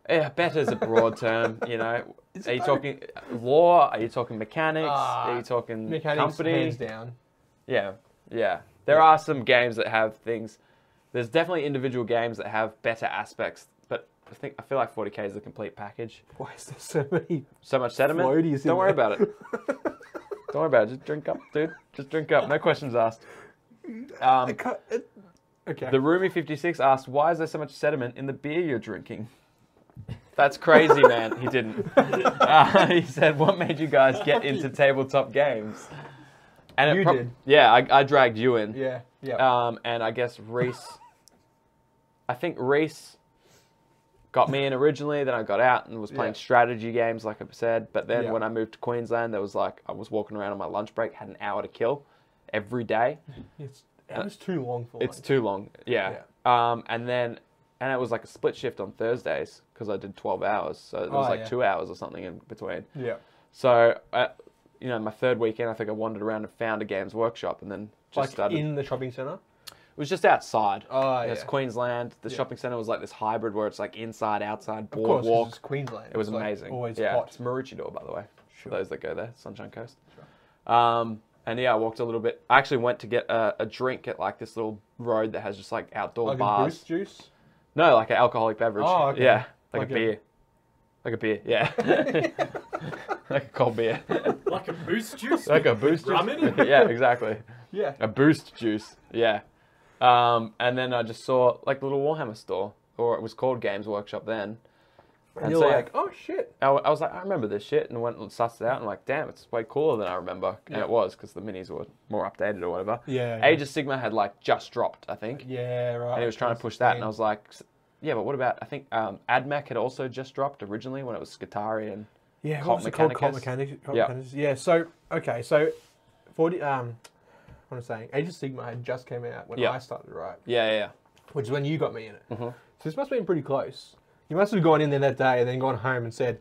[SPEAKER 2] Yeah, better is a broad term, you know.
[SPEAKER 1] Is
[SPEAKER 2] Are
[SPEAKER 1] it
[SPEAKER 2] you
[SPEAKER 1] though?
[SPEAKER 2] talking law? Are you talking mechanics?
[SPEAKER 1] Ah,
[SPEAKER 2] are you talking
[SPEAKER 1] Mechanics
[SPEAKER 2] company?
[SPEAKER 1] hands down.
[SPEAKER 2] Yeah, yeah. There are some games that have things. There's definitely individual games that have better aspects, but I think I feel like 40k is the complete package.
[SPEAKER 1] Why is there so many?
[SPEAKER 2] So much sediment.
[SPEAKER 1] Floaties in
[SPEAKER 2] Don't worry
[SPEAKER 1] there.
[SPEAKER 2] about it. Don't worry about it. Just drink up, dude. Just drink up. No questions asked.
[SPEAKER 1] I
[SPEAKER 2] Um,
[SPEAKER 1] can't- it- okay.
[SPEAKER 2] the Roomy56 asked, "Why is there so much sediment in the beer you're drinking?" That's crazy, man. He didn't. Uh, he said, "What made you guys get into tabletop games?" And
[SPEAKER 1] You
[SPEAKER 2] prob-
[SPEAKER 1] did.
[SPEAKER 2] Yeah, I, I dragged you in.
[SPEAKER 1] yeah, yeah.
[SPEAKER 2] Um, and I guess Reese. I think Reese got me in originally. Then I got out and was playing
[SPEAKER 1] Yeah.
[SPEAKER 2] strategy games, like I said. But then
[SPEAKER 1] Yeah.
[SPEAKER 2] when I moved to Queensland, there was like I was walking around on my lunch break, had an hour to kill every day.
[SPEAKER 1] it's that was too long for.
[SPEAKER 2] It's
[SPEAKER 1] lunch.
[SPEAKER 2] too long. Yeah. Um, and then and it was like a split shift on Thursdays because I did twelve hours, so it was
[SPEAKER 1] Oh,
[SPEAKER 2] like
[SPEAKER 1] yeah.
[SPEAKER 2] two hours or something in between.
[SPEAKER 1] Yeah.
[SPEAKER 2] So. Uh, you know, my third weekend, I think I wandered around and found a games workshop, and then just
[SPEAKER 1] Like
[SPEAKER 2] started.
[SPEAKER 1] in the shopping center.
[SPEAKER 2] It was just outside.
[SPEAKER 1] Oh,
[SPEAKER 2] It's
[SPEAKER 1] yeah.
[SPEAKER 2] Queensland. The
[SPEAKER 1] Yeah.
[SPEAKER 2] shopping centre was like this hybrid where it's like inside, outside,
[SPEAKER 1] Of course, 'cause
[SPEAKER 2] boardwalk.
[SPEAKER 1] it's Queensland.
[SPEAKER 2] It was
[SPEAKER 1] It's, like,
[SPEAKER 2] amazing.
[SPEAKER 1] always
[SPEAKER 2] yeah,
[SPEAKER 1] hot.
[SPEAKER 2] it's Maroochydore, by the way,
[SPEAKER 1] Sure.
[SPEAKER 2] for those that go there, Sunshine Coast. Um, and yeah, I walked a little bit. I actually went to get a, a drink at like this little road that has just like outdoor
[SPEAKER 1] Like a
[SPEAKER 2] bars.
[SPEAKER 1] boost juice.
[SPEAKER 2] No, like an alcoholic beverage.
[SPEAKER 1] Oh, okay.
[SPEAKER 2] Yeah, like,
[SPEAKER 1] Like
[SPEAKER 2] a
[SPEAKER 1] a-
[SPEAKER 2] beer. Like a beer, yeah. like a cold beer.
[SPEAKER 3] Like a boost juice.
[SPEAKER 2] like a boost juice.
[SPEAKER 3] Rum in it?
[SPEAKER 2] yeah, exactly.
[SPEAKER 1] Yeah.
[SPEAKER 2] A boost juice, yeah. Um, and then I just saw like the little Warhammer store, or it was called Games Workshop then. And
[SPEAKER 1] You're
[SPEAKER 2] so
[SPEAKER 1] like, oh shit.
[SPEAKER 2] I, I was like, I remember this shit, and went and sussed it out, and like, damn, it's way cooler than I remember. And
[SPEAKER 1] Yeah.
[SPEAKER 2] it was because the minis were more updated or whatever.
[SPEAKER 1] Yeah.
[SPEAKER 2] Age of Sigma had like just dropped, I think,
[SPEAKER 1] Yeah. Right.
[SPEAKER 2] and he was trying to push that, and I was like, s- yeah, but what about? I think um, AdMac had also just dropped originally when it was Skatari and
[SPEAKER 1] Yeah,
[SPEAKER 2] Cult
[SPEAKER 1] what was it called? Cult
[SPEAKER 2] Mechanicus.
[SPEAKER 1] Mechanicus. Cult
[SPEAKER 2] Yeah.
[SPEAKER 1] Mechanicus. Yeah. So okay, so forty. Um, what I'm saying, Age of Sigma had just came out when
[SPEAKER 2] Yeah.
[SPEAKER 1] I started, right?
[SPEAKER 2] yeah, yeah, yeah.
[SPEAKER 1] Which is when you got me in it.
[SPEAKER 2] Mm-hmm.
[SPEAKER 1] So this must have been pretty close. You must have gone in there that day and then gone home and said,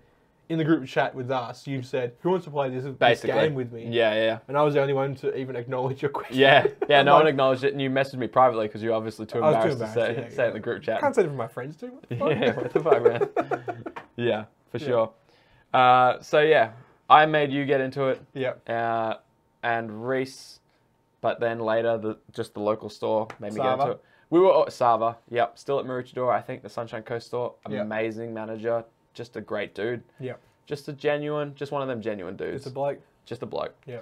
[SPEAKER 1] in the group chat with us, you've said, "Who wants to play this, this
[SPEAKER 2] basically
[SPEAKER 1] game with me?"
[SPEAKER 2] Yeah, yeah, yeah.
[SPEAKER 1] And I was the only one to even acknowledge your question.
[SPEAKER 2] Yeah, yeah. No one
[SPEAKER 1] Like-
[SPEAKER 2] acknowledged it, and you messaged me privately because you were obviously too
[SPEAKER 1] I was
[SPEAKER 2] embarrassed,
[SPEAKER 1] too
[SPEAKER 2] to say,
[SPEAKER 1] embarrassed, yeah,
[SPEAKER 2] say it
[SPEAKER 1] yeah.
[SPEAKER 2] in the group
[SPEAKER 1] I
[SPEAKER 2] chat.
[SPEAKER 1] can't say it for my friends too. What the fuck?
[SPEAKER 2] yeah, what the fuck, man? yeah, for sure. Uh, so yeah, I made you get into it,
[SPEAKER 1] yeah.
[SPEAKER 2] uh, and Reese, but then later the just the local store made me get
[SPEAKER 1] Sava.
[SPEAKER 2] into it. We were at Sava, yep, still at Maroochydore, I think, the Sunshine Coast store.
[SPEAKER 1] Yeah.
[SPEAKER 2] Amazing manager, just a great dude,
[SPEAKER 1] Yeah.
[SPEAKER 2] just a genuine, just one of them genuine dudes,
[SPEAKER 1] It's a bloke.
[SPEAKER 2] just a bloke.
[SPEAKER 1] Yeah.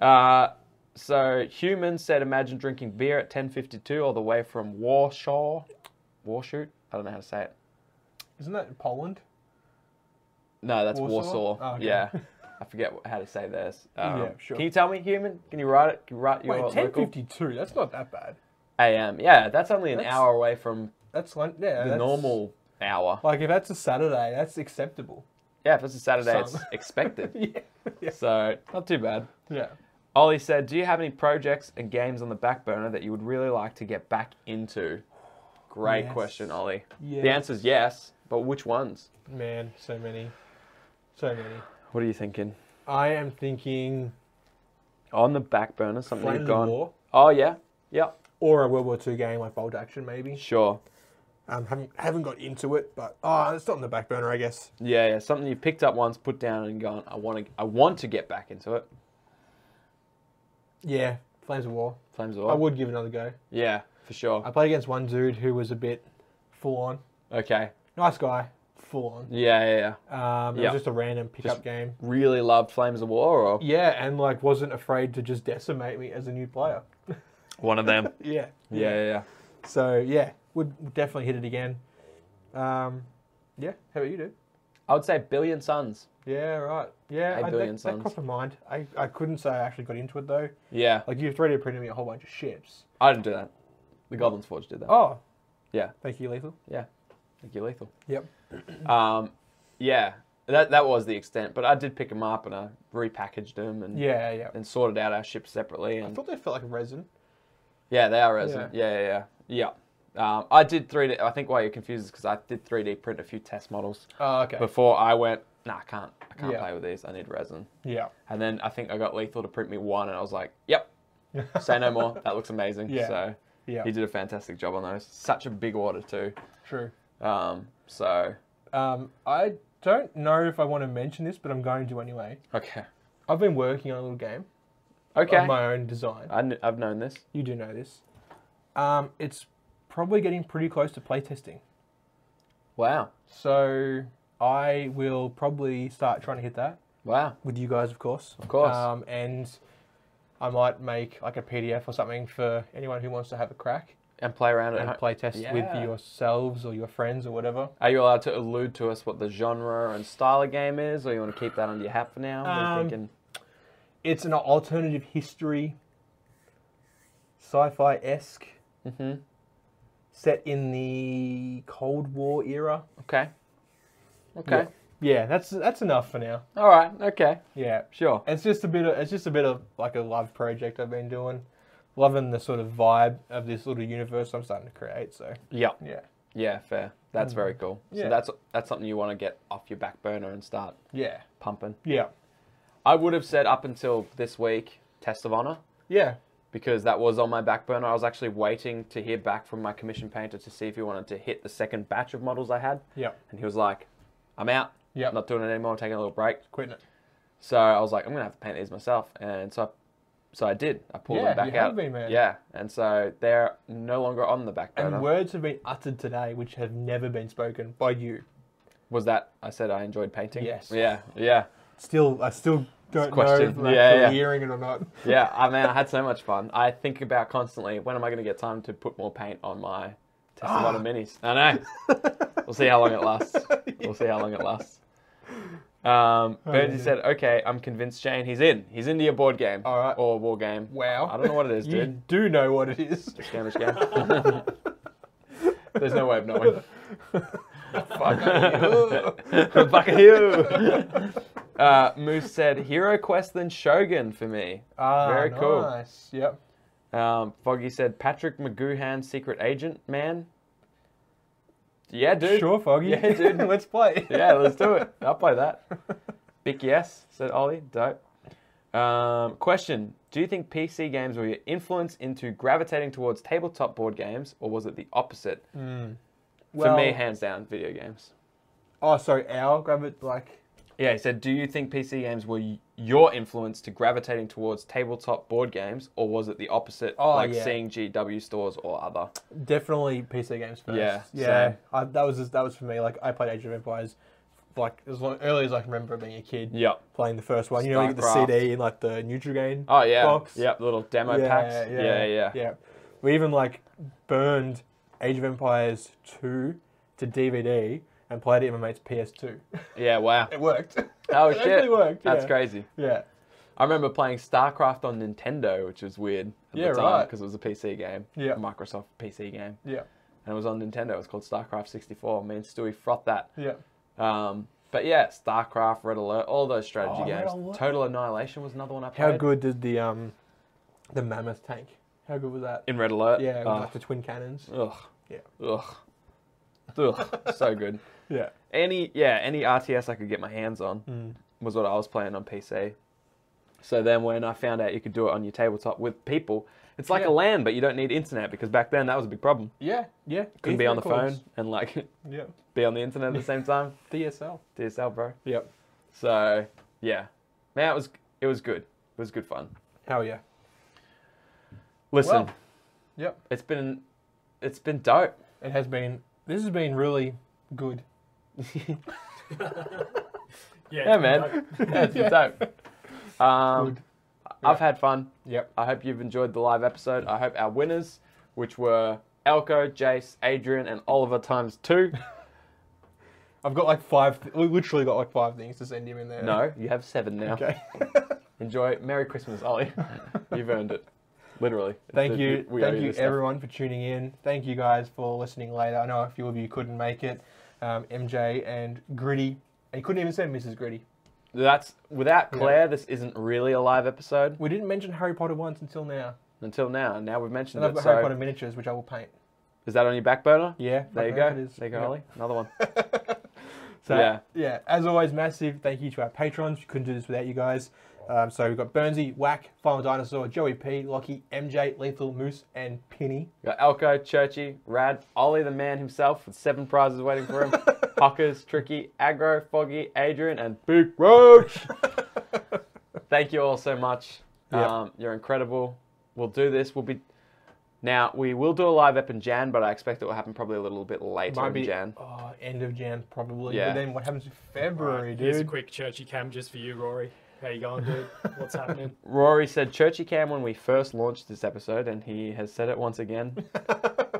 [SPEAKER 2] Uh, so humans said, imagine drinking beer at 10:52 all the way from Warsaw, Warshoot. I don't know how to say it.
[SPEAKER 1] Isn't that in Poland?
[SPEAKER 2] No, that's Warsaw.
[SPEAKER 1] Warsaw? Oh, okay.
[SPEAKER 2] Yeah, I forget wh- how to say this. Um,
[SPEAKER 1] Yeah, sure.
[SPEAKER 2] Can you tell me, human? Can you write it? Can you write your
[SPEAKER 1] Wait,
[SPEAKER 2] local
[SPEAKER 1] 10:52. That's not that bad.
[SPEAKER 2] a.m. Yeah, that's only an
[SPEAKER 1] That's-
[SPEAKER 2] hour away from
[SPEAKER 1] That's like yeah.
[SPEAKER 2] the
[SPEAKER 1] that's-
[SPEAKER 2] normal hour.
[SPEAKER 1] Like if that's a Saturday, that's acceptable.
[SPEAKER 2] Yeah, if it's a Saturday, it's
[SPEAKER 1] Some.
[SPEAKER 2] expected.
[SPEAKER 1] yeah. Yeah.
[SPEAKER 2] so not too bad.
[SPEAKER 1] Yeah.
[SPEAKER 2] Ollie said, "Do you have any projects and games on the back burner that you would really like to get back into?" Great
[SPEAKER 1] Yes.
[SPEAKER 2] question, Ollie. The
[SPEAKER 1] Yeah.
[SPEAKER 2] answer is yes, but which ones?
[SPEAKER 1] Man, so many. So many.
[SPEAKER 2] What are you thinking?
[SPEAKER 1] I am thinking
[SPEAKER 2] On the back burner, something
[SPEAKER 1] Flame
[SPEAKER 2] you've
[SPEAKER 1] of
[SPEAKER 2] gone.
[SPEAKER 1] the War
[SPEAKER 2] Oh yeah, yeah,
[SPEAKER 1] or a World War II game like Bold Action maybe.
[SPEAKER 2] sure.
[SPEAKER 1] Um, haven't haven't got into it, but oh, it's not on the back burner, I guess.
[SPEAKER 2] Yeah, yeah, something you picked up once, put down, and gone. I want to. I want to get back into it.
[SPEAKER 1] Yeah, Flames of War.
[SPEAKER 2] Flames of
[SPEAKER 1] I
[SPEAKER 2] War.
[SPEAKER 1] would give it another go.
[SPEAKER 2] Yeah, for sure.
[SPEAKER 1] I played against one dude who was a bit full on.
[SPEAKER 2] Okay.
[SPEAKER 1] Nice guy, full on.
[SPEAKER 2] Yeah, yeah, yeah.
[SPEAKER 1] Um, It
[SPEAKER 2] Yeah.
[SPEAKER 1] was just a random pickup
[SPEAKER 2] Just-
[SPEAKER 1] game.
[SPEAKER 2] Really loved Flames of War or
[SPEAKER 1] Yeah, and like wasn't afraid to just decimate me as a new player.
[SPEAKER 2] one of them.
[SPEAKER 1] Yeah.
[SPEAKER 2] yeah, yeah, yeah.
[SPEAKER 1] So yeah, would definitely hit it again. Um, yeah. How about you, dude?
[SPEAKER 2] I would say Billion Suns.
[SPEAKER 1] Yeah, right. Yeah,
[SPEAKER 2] A
[SPEAKER 1] I,
[SPEAKER 2] billion
[SPEAKER 1] that, that
[SPEAKER 2] suns.
[SPEAKER 1] crossed my mind. I, I couldn't say I actually got into it though.
[SPEAKER 2] Yeah.
[SPEAKER 1] Like you've 3D printed me a whole bunch of ships.
[SPEAKER 2] I didn't do that. The Goblins Forge did that.
[SPEAKER 1] Oh.
[SPEAKER 2] Yeah. Mm-hmm.
[SPEAKER 1] Thank you, Lethal.
[SPEAKER 2] Thank you, Lethal.
[SPEAKER 1] Yep.
[SPEAKER 2] Um, yeah, that that was the extent. But I did pick them up and I repackaged them and
[SPEAKER 1] Yeah, yeah.
[SPEAKER 2] and sorted out our ships separately.
[SPEAKER 1] I
[SPEAKER 2] And
[SPEAKER 1] thought they felt like resin.
[SPEAKER 2] yeah, they are resin. Yeah, yeah, yeah. yeah. Um, I did 3D. I think why you're confused is because I did 3D print a few test models
[SPEAKER 1] Oh, okay.
[SPEAKER 2] before I went. Nah, I can't. I can't
[SPEAKER 1] Yeah.
[SPEAKER 2] play with these. I need resin.
[SPEAKER 1] yeah.
[SPEAKER 2] And then I think I got Lethal to print me one, and I was like, "Yep, say no more. That looks amazing."
[SPEAKER 1] Yeah.
[SPEAKER 2] So
[SPEAKER 1] Yeah.
[SPEAKER 2] he did a fantastic job on those. Such a big order too.
[SPEAKER 1] True.
[SPEAKER 2] Um, so
[SPEAKER 1] Um, I don't know if I want to mention this, but I'm going to anyway.
[SPEAKER 2] okay,
[SPEAKER 1] I've been working on a little game
[SPEAKER 2] okay. Uh.
[SPEAKER 1] of my own design.
[SPEAKER 2] I kn- I've known this.
[SPEAKER 1] You do know this. Um, it's probably getting pretty close to playtesting.
[SPEAKER 2] Wow.
[SPEAKER 1] So I will probably start trying to hit that
[SPEAKER 2] Wow.
[SPEAKER 1] with you guys, of course. Of
[SPEAKER 2] course.
[SPEAKER 1] Um, and I might make like a PDF or something for anyone who wants to have a crack
[SPEAKER 2] And play around at
[SPEAKER 1] and
[SPEAKER 2] home.
[SPEAKER 1] playtest
[SPEAKER 2] Uh-huh. Yeah.
[SPEAKER 1] with yourselves or your friends or whatever.
[SPEAKER 2] Are you allowed to allude to us what the genre and style of game is, or you want to keep that under your hat for now? What are you
[SPEAKER 1] Um,
[SPEAKER 2] thinking?
[SPEAKER 1] It's an alternative history, sci-fi esque,
[SPEAKER 2] Mhm.
[SPEAKER 1] set in the Cold War era.
[SPEAKER 2] Okay. Okay.
[SPEAKER 1] Yeah, that's that's enough for now.
[SPEAKER 2] All right. Okay.
[SPEAKER 1] Yeah,
[SPEAKER 2] Sure.
[SPEAKER 1] it's just a bit of it's just a bit of like a love project I've been doing, loving the sort of vibe of this little universe I'm starting to create. So
[SPEAKER 2] Yeah.
[SPEAKER 1] yeah,
[SPEAKER 2] Yeah. Fair. That's very cool. So
[SPEAKER 1] Yeah.
[SPEAKER 2] that's that's something you want to get off your back burner and start
[SPEAKER 1] yeah,
[SPEAKER 2] pumping.
[SPEAKER 1] yeah,
[SPEAKER 2] I would have said up until this week, Test of Honor,
[SPEAKER 1] yeah,
[SPEAKER 2] because that was on my back burner. I was actually waiting to hear back from my commission painter to see if he wanted to hit the second batch of models I had,
[SPEAKER 1] yeah.
[SPEAKER 2] and he was like, "I'm out.
[SPEAKER 1] Yep.
[SPEAKER 2] not doing it anymore. I'm taking a little break."
[SPEAKER 1] Quitting it.
[SPEAKER 2] So I was like, I'm gonna have to paint these myself, and so I, so I did. I pulled
[SPEAKER 1] Yeah,
[SPEAKER 2] them back
[SPEAKER 1] you have
[SPEAKER 2] out.
[SPEAKER 1] been, man.
[SPEAKER 2] Yeah, and so they're no longer on the back
[SPEAKER 1] And
[SPEAKER 2] burner.
[SPEAKER 1] words have been uttered today which have never been spoken by you.
[SPEAKER 2] Was that I said I enjoyed painting?
[SPEAKER 1] Yes.
[SPEAKER 2] Yeah, yeah,
[SPEAKER 1] Still, I still don't know
[SPEAKER 2] question.
[SPEAKER 1] if I'm
[SPEAKER 2] Yeah,
[SPEAKER 1] actually
[SPEAKER 2] yeah.
[SPEAKER 1] hearing it or not.
[SPEAKER 2] yeah. I mean, I had so much fun. I think about constantly when am I gonna get time to put more paint on my
[SPEAKER 1] Ah.
[SPEAKER 2] Tesla minis. I know. we'll see how long it lasts. We'll see how long it lasts. Um, Burnsy
[SPEAKER 1] dear.
[SPEAKER 2] said, "Okay, I'm convinced Shane. He's in. He's into your board game.
[SPEAKER 1] All right.
[SPEAKER 2] or war game.
[SPEAKER 1] Wow.
[SPEAKER 2] I don't know what it is,
[SPEAKER 1] You
[SPEAKER 2] dude.
[SPEAKER 1] do know what it is.
[SPEAKER 2] Damage game. There's no way of knowing. Fuck you. uh, Moose said, Hero Quest than Shogun for me.
[SPEAKER 1] Ah,
[SPEAKER 2] Very cool.
[SPEAKER 1] nice. Yep.
[SPEAKER 2] Um, Foggy said, Patrick McGoohan, Secret Agent, man. Yeah, dude.
[SPEAKER 1] Sure, Foggy.
[SPEAKER 2] Yeah, dude.
[SPEAKER 1] Let's play.
[SPEAKER 2] Yeah, let's do it. I'll play that. Big yes, said Ollie. Dope. Um, question Do you think PC games were your influence into gravitating towards tabletop board games, or was it the opposite?
[SPEAKER 1] Well-
[SPEAKER 2] For me, hands down, video games.
[SPEAKER 1] Oh, sorry. Owl, grab it. Like,
[SPEAKER 2] Yeah, he said, Do you think PC games were y- your influence to gravitating towards tabletop board games, or was it the opposite,
[SPEAKER 1] Oh,
[SPEAKER 2] like
[SPEAKER 1] yeah.
[SPEAKER 2] seeing GW stores or other?
[SPEAKER 1] definitely PC games first.
[SPEAKER 2] Yeah,
[SPEAKER 1] Yeah.
[SPEAKER 2] same.
[SPEAKER 1] I, that was that was for me. Like, I played Age of Empires, like as long, early as I can remember being a kid.
[SPEAKER 2] Yep.
[SPEAKER 1] Playing the first one. You know, you get the
[SPEAKER 2] StarCraft.
[SPEAKER 1] CD and like the Nutrigrain.
[SPEAKER 2] Oh, yeah.
[SPEAKER 1] Box.
[SPEAKER 2] Yep, little demo packs. Yeah, yeah.
[SPEAKER 1] yeah. We even like burned Age of Empires two to DVD and played it in my mate's PS2.
[SPEAKER 2] Yeah, wow.
[SPEAKER 1] It worked.
[SPEAKER 2] Oh,
[SPEAKER 1] it
[SPEAKER 2] shit.
[SPEAKER 1] actually worked.
[SPEAKER 2] That's
[SPEAKER 1] yeah.
[SPEAKER 2] crazy.
[SPEAKER 1] Yeah.
[SPEAKER 2] I remember playing StarCraft on Nintendo, which was weird at
[SPEAKER 1] Yeah,
[SPEAKER 2] the time
[SPEAKER 1] right.
[SPEAKER 2] because it was a PC game,
[SPEAKER 1] Yeah.
[SPEAKER 2] a Microsoft PC game,
[SPEAKER 1] Yeah.
[SPEAKER 2] and it was on Nintendo. It was called StarCraft 64. Me and Stewie frothed that.
[SPEAKER 1] Yeah.
[SPEAKER 2] Um, but yeah, StarCraft, Red Alert, all those strategy
[SPEAKER 1] Oh, Red
[SPEAKER 2] games.
[SPEAKER 1] Alert.
[SPEAKER 2] Total Annihilation was another one I played.
[SPEAKER 1] How good did the um the mammoth tank? How good was that? Ah.
[SPEAKER 2] in Red Alert?
[SPEAKER 1] yeah, with
[SPEAKER 2] Oh,
[SPEAKER 1] like the twin cannons.
[SPEAKER 2] ugh.
[SPEAKER 1] Yeah.
[SPEAKER 2] Ugh. Ugh. so good.
[SPEAKER 1] Yeah. Hmm.
[SPEAKER 2] Any yeah, any RTS I could get my hands on was what I was playing on PC. So then when I found out you could do it on your tabletop with people, it's like
[SPEAKER 1] Yeah.
[SPEAKER 2] a LAN, but you don't need internet because back then that was a big problem.
[SPEAKER 1] Yeah. Yeah.
[SPEAKER 2] Couldn't be on the phone and like
[SPEAKER 1] Yeah.
[SPEAKER 2] be on the internet at the same time.
[SPEAKER 1] DSL.
[SPEAKER 2] DSL, bro.
[SPEAKER 1] Yep.
[SPEAKER 2] So yeah, man, it was it was good. It was good fun.
[SPEAKER 1] Hell yeah.
[SPEAKER 2] Listen,
[SPEAKER 1] Well. Yep.
[SPEAKER 2] it's been it's been dope.
[SPEAKER 1] It has been. This has been really good.
[SPEAKER 2] Yeah, man. yeah, it's been dope. Um,
[SPEAKER 1] Good.
[SPEAKER 2] I've had fun.
[SPEAKER 1] Yep.
[SPEAKER 2] I hope you've enjoyed the live episode. I hope our winners, which were Elko, Jace, Adrian, and Oliver times two.
[SPEAKER 1] I've got like five. Th- we literally got like five things to send him in there.
[SPEAKER 2] No, you have seven now.
[SPEAKER 1] Okay.
[SPEAKER 2] Enjoy. Merry Christmas, Ollie. You've earned it. Literally. It's
[SPEAKER 1] Thank
[SPEAKER 2] the-
[SPEAKER 1] you.
[SPEAKER 2] we owe
[SPEAKER 1] Thank you,
[SPEAKER 2] this stuff.
[SPEAKER 1] everyone, for tuning in. Thank you guys for listening later. I know a few of you couldn't make it. Um, MJ and Gritty. And you couldn't even send Mrs. Gritty.
[SPEAKER 2] That's without Claire. This isn't really a live episode
[SPEAKER 1] We didn't mention Harry Potter once until now.
[SPEAKER 2] until now. Now we've mentioned
[SPEAKER 1] And I've
[SPEAKER 2] it.
[SPEAKER 1] got
[SPEAKER 2] So
[SPEAKER 1] Harry Potter miniatures, which I will paint.
[SPEAKER 2] is that on your back burner?
[SPEAKER 1] Yeah.
[SPEAKER 2] There you
[SPEAKER 1] that
[SPEAKER 2] go.
[SPEAKER 1] is.
[SPEAKER 2] There you go,
[SPEAKER 1] Yep.
[SPEAKER 2] Ollie. Another one.
[SPEAKER 1] So
[SPEAKER 2] Yeah.
[SPEAKER 1] yeah. as always, massive thank you to our patrons. We couldn't do this without you guys. Um, so we've got Burnsy, Whack, Final Dinosaur, Joey P, Lockie, MJ, Lethal, Moose, and Penny.
[SPEAKER 2] We got Elko, Churchy, Rad, Ollie the man himself with seven prizes waiting for him. Hockers, Tricky, Aggro, Foggy, Adrian, and Big Roach. Thank you all so much.
[SPEAKER 1] Yep.
[SPEAKER 2] Um, you're incredible. We'll do this. We'll be now. We will do a live ep in Jan, but I expect it will happen probably a little bit later in Jan.
[SPEAKER 1] Oh, end of Jan probably.
[SPEAKER 2] Yeah.
[SPEAKER 1] But then what happens in
[SPEAKER 3] Right,
[SPEAKER 1] February,
[SPEAKER 3] Here's a
[SPEAKER 1] dude?
[SPEAKER 3] quick churchy cam just for you, Rory. How you going, dude? What's happening?
[SPEAKER 2] Rory said Churchy cam when we first launched this episode, and he has said it once again.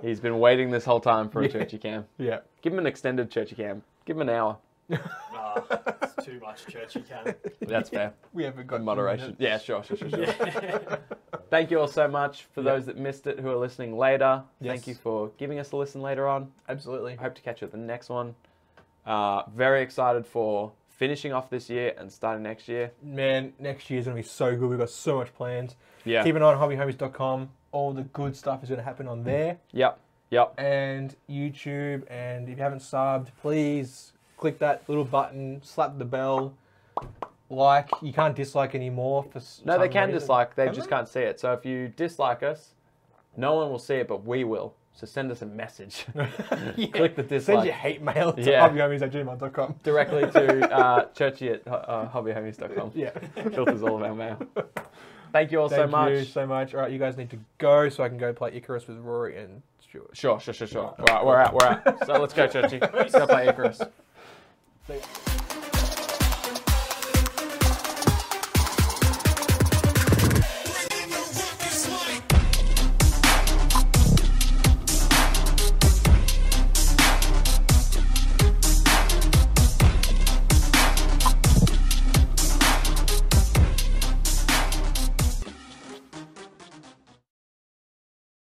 [SPEAKER 2] He's been waiting this whole time for a
[SPEAKER 1] Yeah.
[SPEAKER 2] Churchy cam.
[SPEAKER 1] Yeah.
[SPEAKER 2] Give him an extended Churchy cam. Give him an hour.
[SPEAKER 3] Nah, it's too much churchy cam.
[SPEAKER 2] That's fair.
[SPEAKER 1] We haven't got
[SPEAKER 2] In moderation. Yeah, sure, sure, sure, sure.
[SPEAKER 3] Yeah.
[SPEAKER 2] Thank you all so much for
[SPEAKER 1] Yeah.
[SPEAKER 2] those that missed it who are listening later. Thank
[SPEAKER 1] Yes.
[SPEAKER 2] you for giving us a listen later on.
[SPEAKER 1] Absolutely.
[SPEAKER 2] I hope to catch you at the next one. Uh, very excited for finishing off this year and starting next year.
[SPEAKER 1] Man, next year's going to be so good. We've got so much plans.
[SPEAKER 2] Yeah.
[SPEAKER 1] Keep an eye on hobbyhomies.com. All the good stuff is going to happen on there.
[SPEAKER 2] Yep. Yep.
[SPEAKER 1] and YouTube. And if you haven't subbed, please click that little button, slap the bell, like. You can't dislike anymore. For s-
[SPEAKER 2] No, they
[SPEAKER 1] some
[SPEAKER 2] can
[SPEAKER 1] reason.
[SPEAKER 2] dislike. They
[SPEAKER 1] Can
[SPEAKER 2] just
[SPEAKER 1] they?
[SPEAKER 2] can't see it. So if you dislike us, no one will see it, but we will. So send us a message.
[SPEAKER 1] Yeah.
[SPEAKER 2] Click the
[SPEAKER 1] Send your
[SPEAKER 2] dislike
[SPEAKER 1] hate mail to
[SPEAKER 2] Yeah.
[SPEAKER 1] yeah. at gmail.com.
[SPEAKER 2] directly to uh, churchy at uh, hobbyhomies.com.
[SPEAKER 1] Yeah.
[SPEAKER 2] Filters all of our mail. Thank you all so
[SPEAKER 1] Thank
[SPEAKER 2] much.
[SPEAKER 1] you so much. All right, you guys need to go so I can go play Icarus with Rory and Stuart.
[SPEAKER 2] Sure, sure, sure, sure. We're out, we're out, we're out. So let's go, Churchy. Let's go play Icarus.
[SPEAKER 1] See ya.